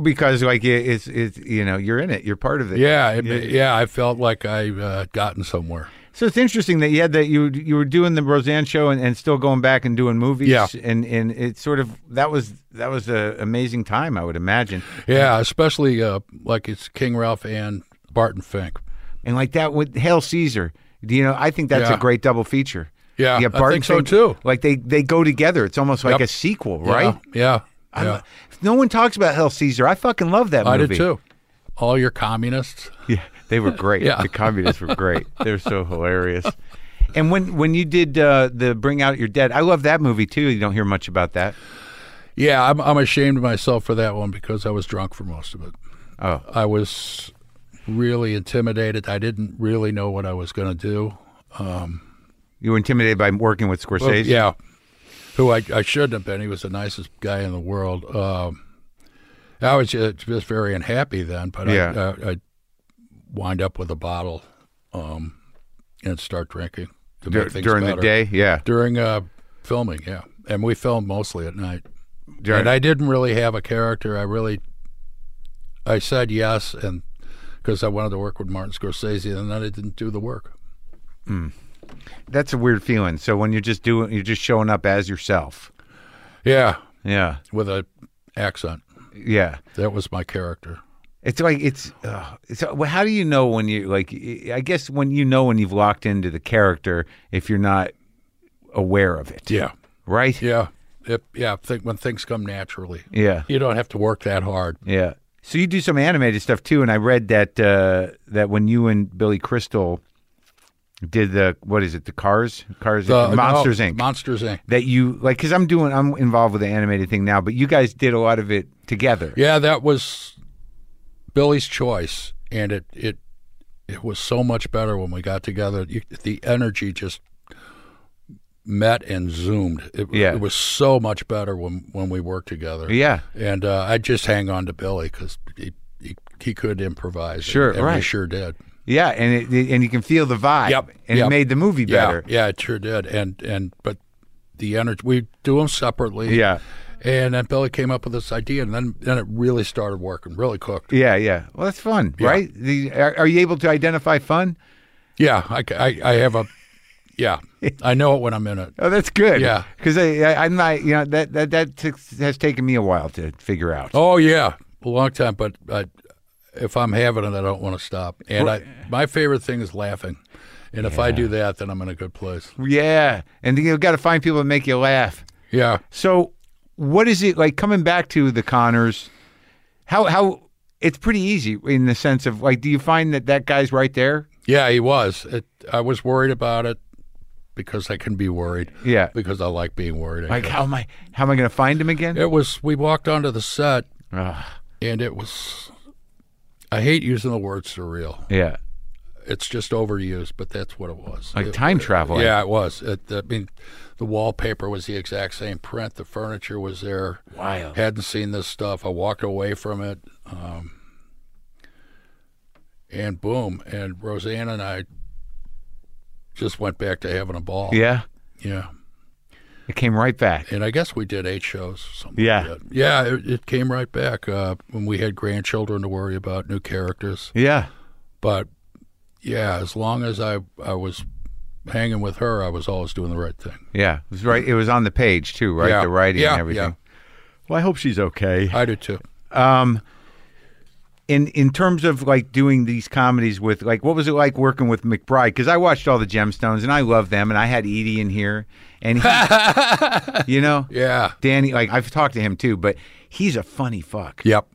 C: Because like it- it's it's you know you're in it, you're part of it.
D: Yeah, it, yeah, I felt like I uh, gotten somewhere.
C: So it's interesting that you had that you you were doing the Roseanne show and, and still going back and doing movies.
D: Yeah.
C: And and it sort of that was that was an amazing time I would imagine.
D: Yeah, especially uh, like it's King Ralph and Barton Fink.
C: And like that with Hail Caesar, you know I think that's
D: Yeah.
C: a great double feature.
D: Yeah,
C: You
D: I
C: got Barton
D: think so,
C: Fink-
D: too.
C: Like they they go together. It's almost like
D: Yep.
C: a sequel, right?
D: Yeah, yeah.
C: I'm-
D: yeah.
C: No one talks about Hail Caesar. I fucking love that
D: I
C: movie.
D: did too. All your communists.
C: Yeah, they were great.
D: Yeah.
C: The communists were great. they were so hilarious. And when when you did uh, the Bring Out Your Dead, I love that movie too. You don't hear much about that.
D: Yeah, I'm I'm ashamed of myself for that one because I was drunk for most of it.
C: Oh.
D: I was really intimidated. I didn't really know what I was going to do.
C: You were intimidated by working with
D: Well,
C: Scorsese.
D: yeah, who I, I shouldn't have been. He was the nicest guy in the world. Um, I was just, just very unhappy then, but
C: Yeah.
D: I, I, I wind up with a bottle um, and start drinking to
C: Dur-
D: make things
C: during
D: better.
C: the day. Yeah,
D: during uh, filming. Yeah, and we filmed mostly at night.
C: During-
D: And I didn't really have a character. I really, I said yes, and because I wanted to work with Martin Scorsese, and then I didn't do the work.
C: that's a weird feeling. So when you're just doing, you're just showing up as yourself.
D: Yeah,
C: Yeah,
D: with a accent.
C: yeah.
D: That was my character.
C: It's like it's. Uh, it's well, how do you know when you like? I guess when you know when you've locked into the character if you're not aware of it.
D: Yeah,
C: Right.
D: yeah, It- yeah. Think when things come naturally,
C: Yeah.
D: you don't have to work that hard.
C: Yeah. So you do some animated stuff too, and I read that uh, that when you and Billy Crystal did the what is it, the Cars, Cars,
D: The- oh,
C: Monsters
D: no,
C: Inc.
D: Monsters Inc.
C: that you like, because I'm doing, I'm involved with the animated thing now, but you guys did a lot of it together.
D: Yeah, that was Billy's choice, and it it it was so much better when we got together. You, the energy just met and zoomed. It,
C: Yeah.
D: it was so much better when when we worked together.
C: Yeah.
D: and uh, I just hang on to Billy because he, he he could improvise.
C: Sure,
D: and, and we
C: right.
D: sure did.
C: Yeah, and it, and you can feel the vibe.
D: Yep,
C: and
D: yep.
C: it made the movie better.
D: Yeah, yeah, it sure did. And and but the energy we do them separately.
C: Yeah.
D: And then Billy came up with this idea, and then then it really started working, really cooked.
C: Yeah, yeah. Well, that's fun, right? The, are, are you able to identify fun?
D: Yeah, I, I, I have a Yeah, I know it when I'm in it.
C: Oh, that's good.
D: Yeah.
C: because I, I, I'm not. You know that that that t- has taken me a while to figure out.
D: Oh yeah, a long time. But I, if I'm having it, I don't want to stop. And I, my favorite thing is laughing. And if I do that, then I'm in a good place.
C: Yeah, and you've got to find people to make you laugh.
D: Yeah.
C: So, what is it like coming back to the Connors? How how it's pretty easy in the sense of like, do you find that that guy's right there?
D: Yeah, he was. It, I was worried about it because I can be worried.
C: Yeah.
D: Because I like being worried. I
C: Like,
D: guess.
C: how am I how am I going to find him again?
D: It was, we walked onto the set
C: Ugh.
D: and it was, I hate using the word surreal.
C: yeah,
D: It's just overused, but that's what it was.
C: like
D: It-
C: time travel.
D: Yeah, it was. It, I mean, the wallpaper was the exact same print. The furniture was there.
C: Wild.
D: Hadn't seen this stuff. I walked away from it. Um, and boom. And Roseanne and I just went back to having a ball.
C: Yeah,
D: Yeah.
C: it came right back.
D: And I guess we did eight shows. or Something
C: Yeah.
D: Like that. Yeah. It, it came right back uh, when we had grandchildren to worry about, new characters.
C: Yeah,
D: But yeah, as long as I, I was hanging with her, I was always doing the right thing.
C: yeah, it was right. It was on the page too, right?
D: Yeah.
C: The writing
D: Yeah,
C: and everything. Well, I hope she's okay.
D: I do too.
C: in in terms of like doing these comedies with like what was it like working with McBride? Because I watched all the Gemstones and I love them, and I had Edie in here, and he,
D: *laughs*
C: you know,
D: Yeah.
C: Danny. Like I've talked to him too, but he's a funny fuck.
D: Yep.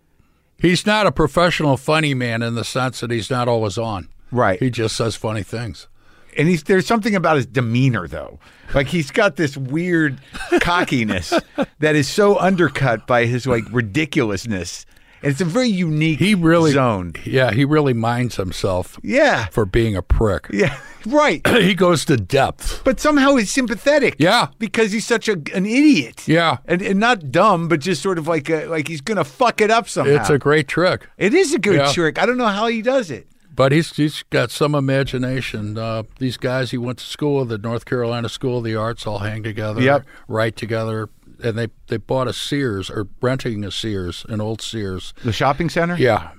D: He's not a professional funny man in the sense that he's not always on.
C: Right.
D: He just says funny things.
C: And he's there's something about his demeanor though, like he's got this weird
D: *laughs*
C: cockiness that is so undercut by his like ridiculousness. And it's a very unique
D: He really
C: zone.
D: Yeah, he really minds himself
C: Yeah,
D: for being a prick. *clears throat*
C: yeah, *laughs* right.
D: he goes to depth.
C: but somehow he's sympathetic.
D: Yeah.
C: because he's such a, an idiot.
D: Yeah.
C: and, and not dumb, but just sort of like a, like he's gonna fuck it up somehow.
D: It's a great trick.
C: it is a good
D: Yeah.
C: trick. I don't know how he does it.
D: But he's he's got some imagination. Uh, these guys he went to school with, the North Carolina School of the Arts, all hang together,
C: Yep.
D: write together, and they they bought a Sears or renting a Sears, an old Sears.
C: The shopping center.
D: Yeah.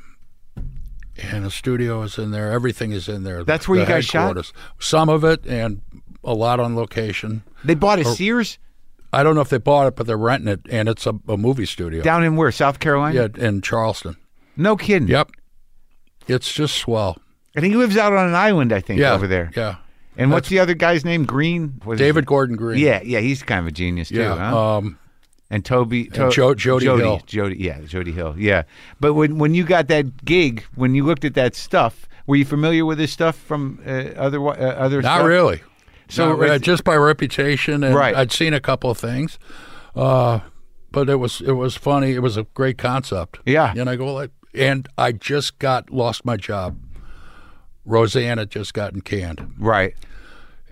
D: And the studio is in there. Everything is in there.
C: That's where
D: The
C: you guys shot?
D: headquarters. Some of it and a lot on location.
C: they bought a Sears
D: I don't know if they bought it, but they're renting it, and it's a, a movie studio.
C: down in where South Carolina.
D: Yeah, in Charleston.
C: no kidding.
D: Yep. It's just swell.
C: And he lives out on an island, I think,
D: Yeah.
C: over there.
D: Yeah.
C: And what's the other guy's name? Green. What is
D: David
C: it?
D: Gordon Green.
C: Yeah, yeah, he's kind of a genius too.
D: Yeah.
C: huh?
D: Um,
C: and Toby, to-
D: Jo- Jody Hill.
C: Jody, yeah, Jody Hill, yeah. But when when you got that gig, when you looked at that stuff, were you familiar with his stuff from uh, other uh, other?
D: not
C: stuff?
D: really.
C: So
D: So
C: it's-
D: uh, just by reputation, and
C: Right.
D: I'd seen a couple of things, uh, but it was it was funny. It was a great concept.
C: Yeah.
D: and I go like, and I just got lost my job. Roseanne had just gotten canned,
C: Right.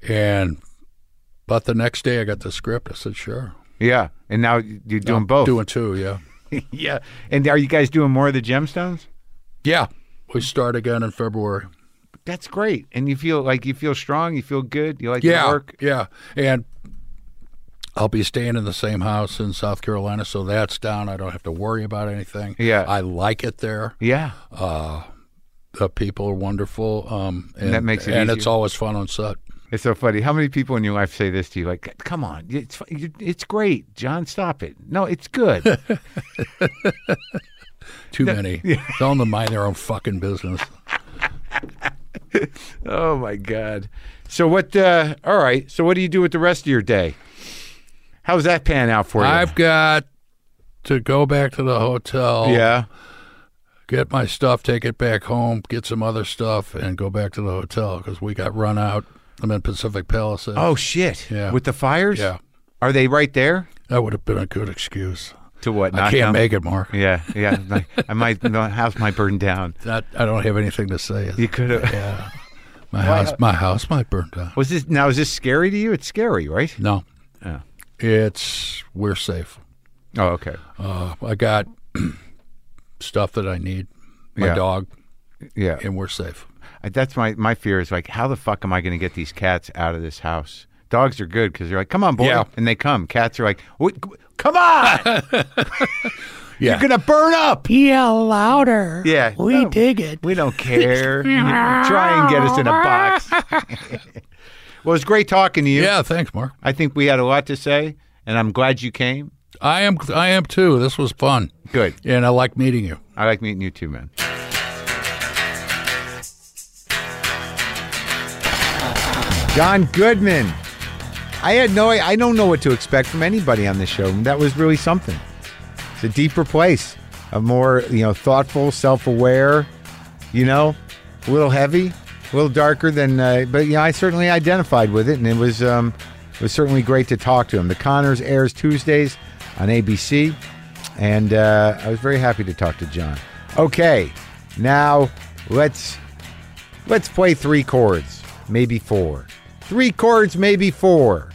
D: and but the next day I got the script. I said, sure,
C: Yeah. And now you're doing
D: I'm
C: both.
D: doing two, yeah,
C: *laughs* yeah. And are you guys doing more of the gemstones?
D: yeah. We start again in February.
C: That's great. And you feel like you feel strong. You feel good. You like
D: Yeah,
C: your work.
D: yeah, and I'll be staying in the same house in South Carolina, so that's down. I don't have to worry about anything.
C: Yeah.
D: I like it there.
C: Yeah.
D: The uh, people are wonderful. Um, and,
C: that makes it
D: and
C: easier.
D: it's always fun on set.
C: It's so funny. How many people in your life say this to you? Like, come on, it's fu- you- it's great, John. Stop it. No, it's good.
D: Too many. Tell them to mind their own
C: *laughs*
D: fucking business.
C: Oh my God! So what? Uh, all right. So what do you do with the rest of your day? How's that pan out for you?
D: I've got to go back to the hotel.
C: yeah.
D: Get my stuff, take it back home, get some other stuff, and go back to the hotel because we got run out. I'm in Pacific Palisades.
C: Oh shit!
D: Yeah.
C: With the fires?
D: Yeah.
C: Are they right there?
D: That would have been a good excuse.
C: To what?
D: I
C: knock
D: can't
C: down-
D: make it,
C: *laughs*
D: Mark.
C: Yeah, yeah. my- I might. My house might burn down.
D: Not, I don't have anything to say.
C: You could have.
D: My house, my house might burn down.
C: Was this now? Is this scary to you? It's scary, right?
D: No,
C: Yeah.
D: it's we're safe.
C: Oh, okay.
D: Uh, I got *clears throat* stuff that I need. My
C: Yeah.
D: dog,
C: Yeah.
D: and we're safe.
C: I- That's my my fear is like, how the fuck am I going to get these cats out of this house? Dogs are good because they're like, come on, boy,
D: Yeah.
C: and they come. Cats are like, "What- come
D: *laughs*
C: on, *laughs*
D: Yeah,
C: you're gonna burn up.
F: Yell louder.
C: Yeah.
F: We
C: No,
F: dig it. *laughs*
C: We don't care. You try and get us in a box. Well, it was great talking to you.
D: Yeah, thanks, Mark.
C: I think we had a lot to say, and I'm glad you came.
D: I am. I am too. This was fun,
C: Good.
D: and I like meeting you.
C: I like meeting you too, man. John Goodman. I had no I don't know what to expect from anybody on this show. That was really something. It's a deeper place. A more, you know, thoughtful, self-aware, you know, a little heavy, a little darker than uh, but you know, I certainly identified with it and it was um it was certainly great to talk to him. The Connors airs Tuesdays on ABC and uh, I was very happy to talk to John. Okay, now let's let's play three chords, maybe four. Three chords, maybe four.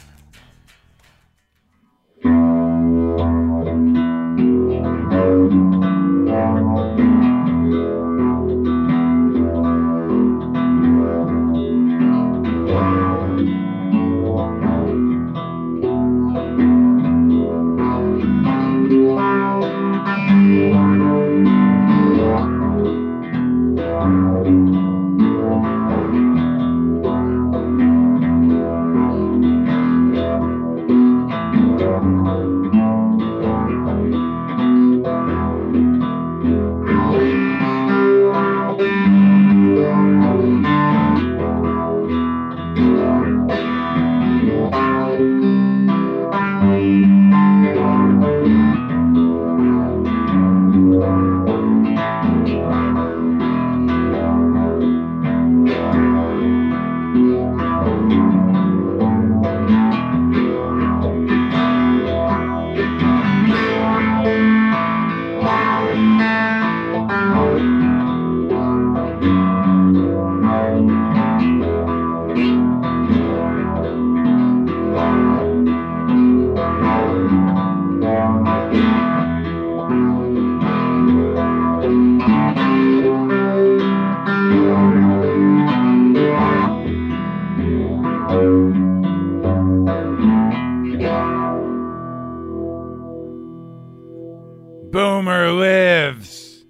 A: Boomer lives.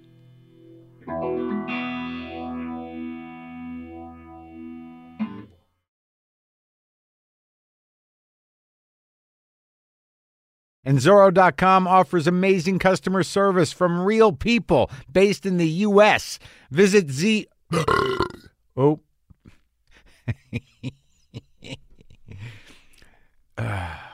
C: And Zorro.com offers amazing customer service from real people based in the U.S. Visit Z. *coughs* oh. Ah.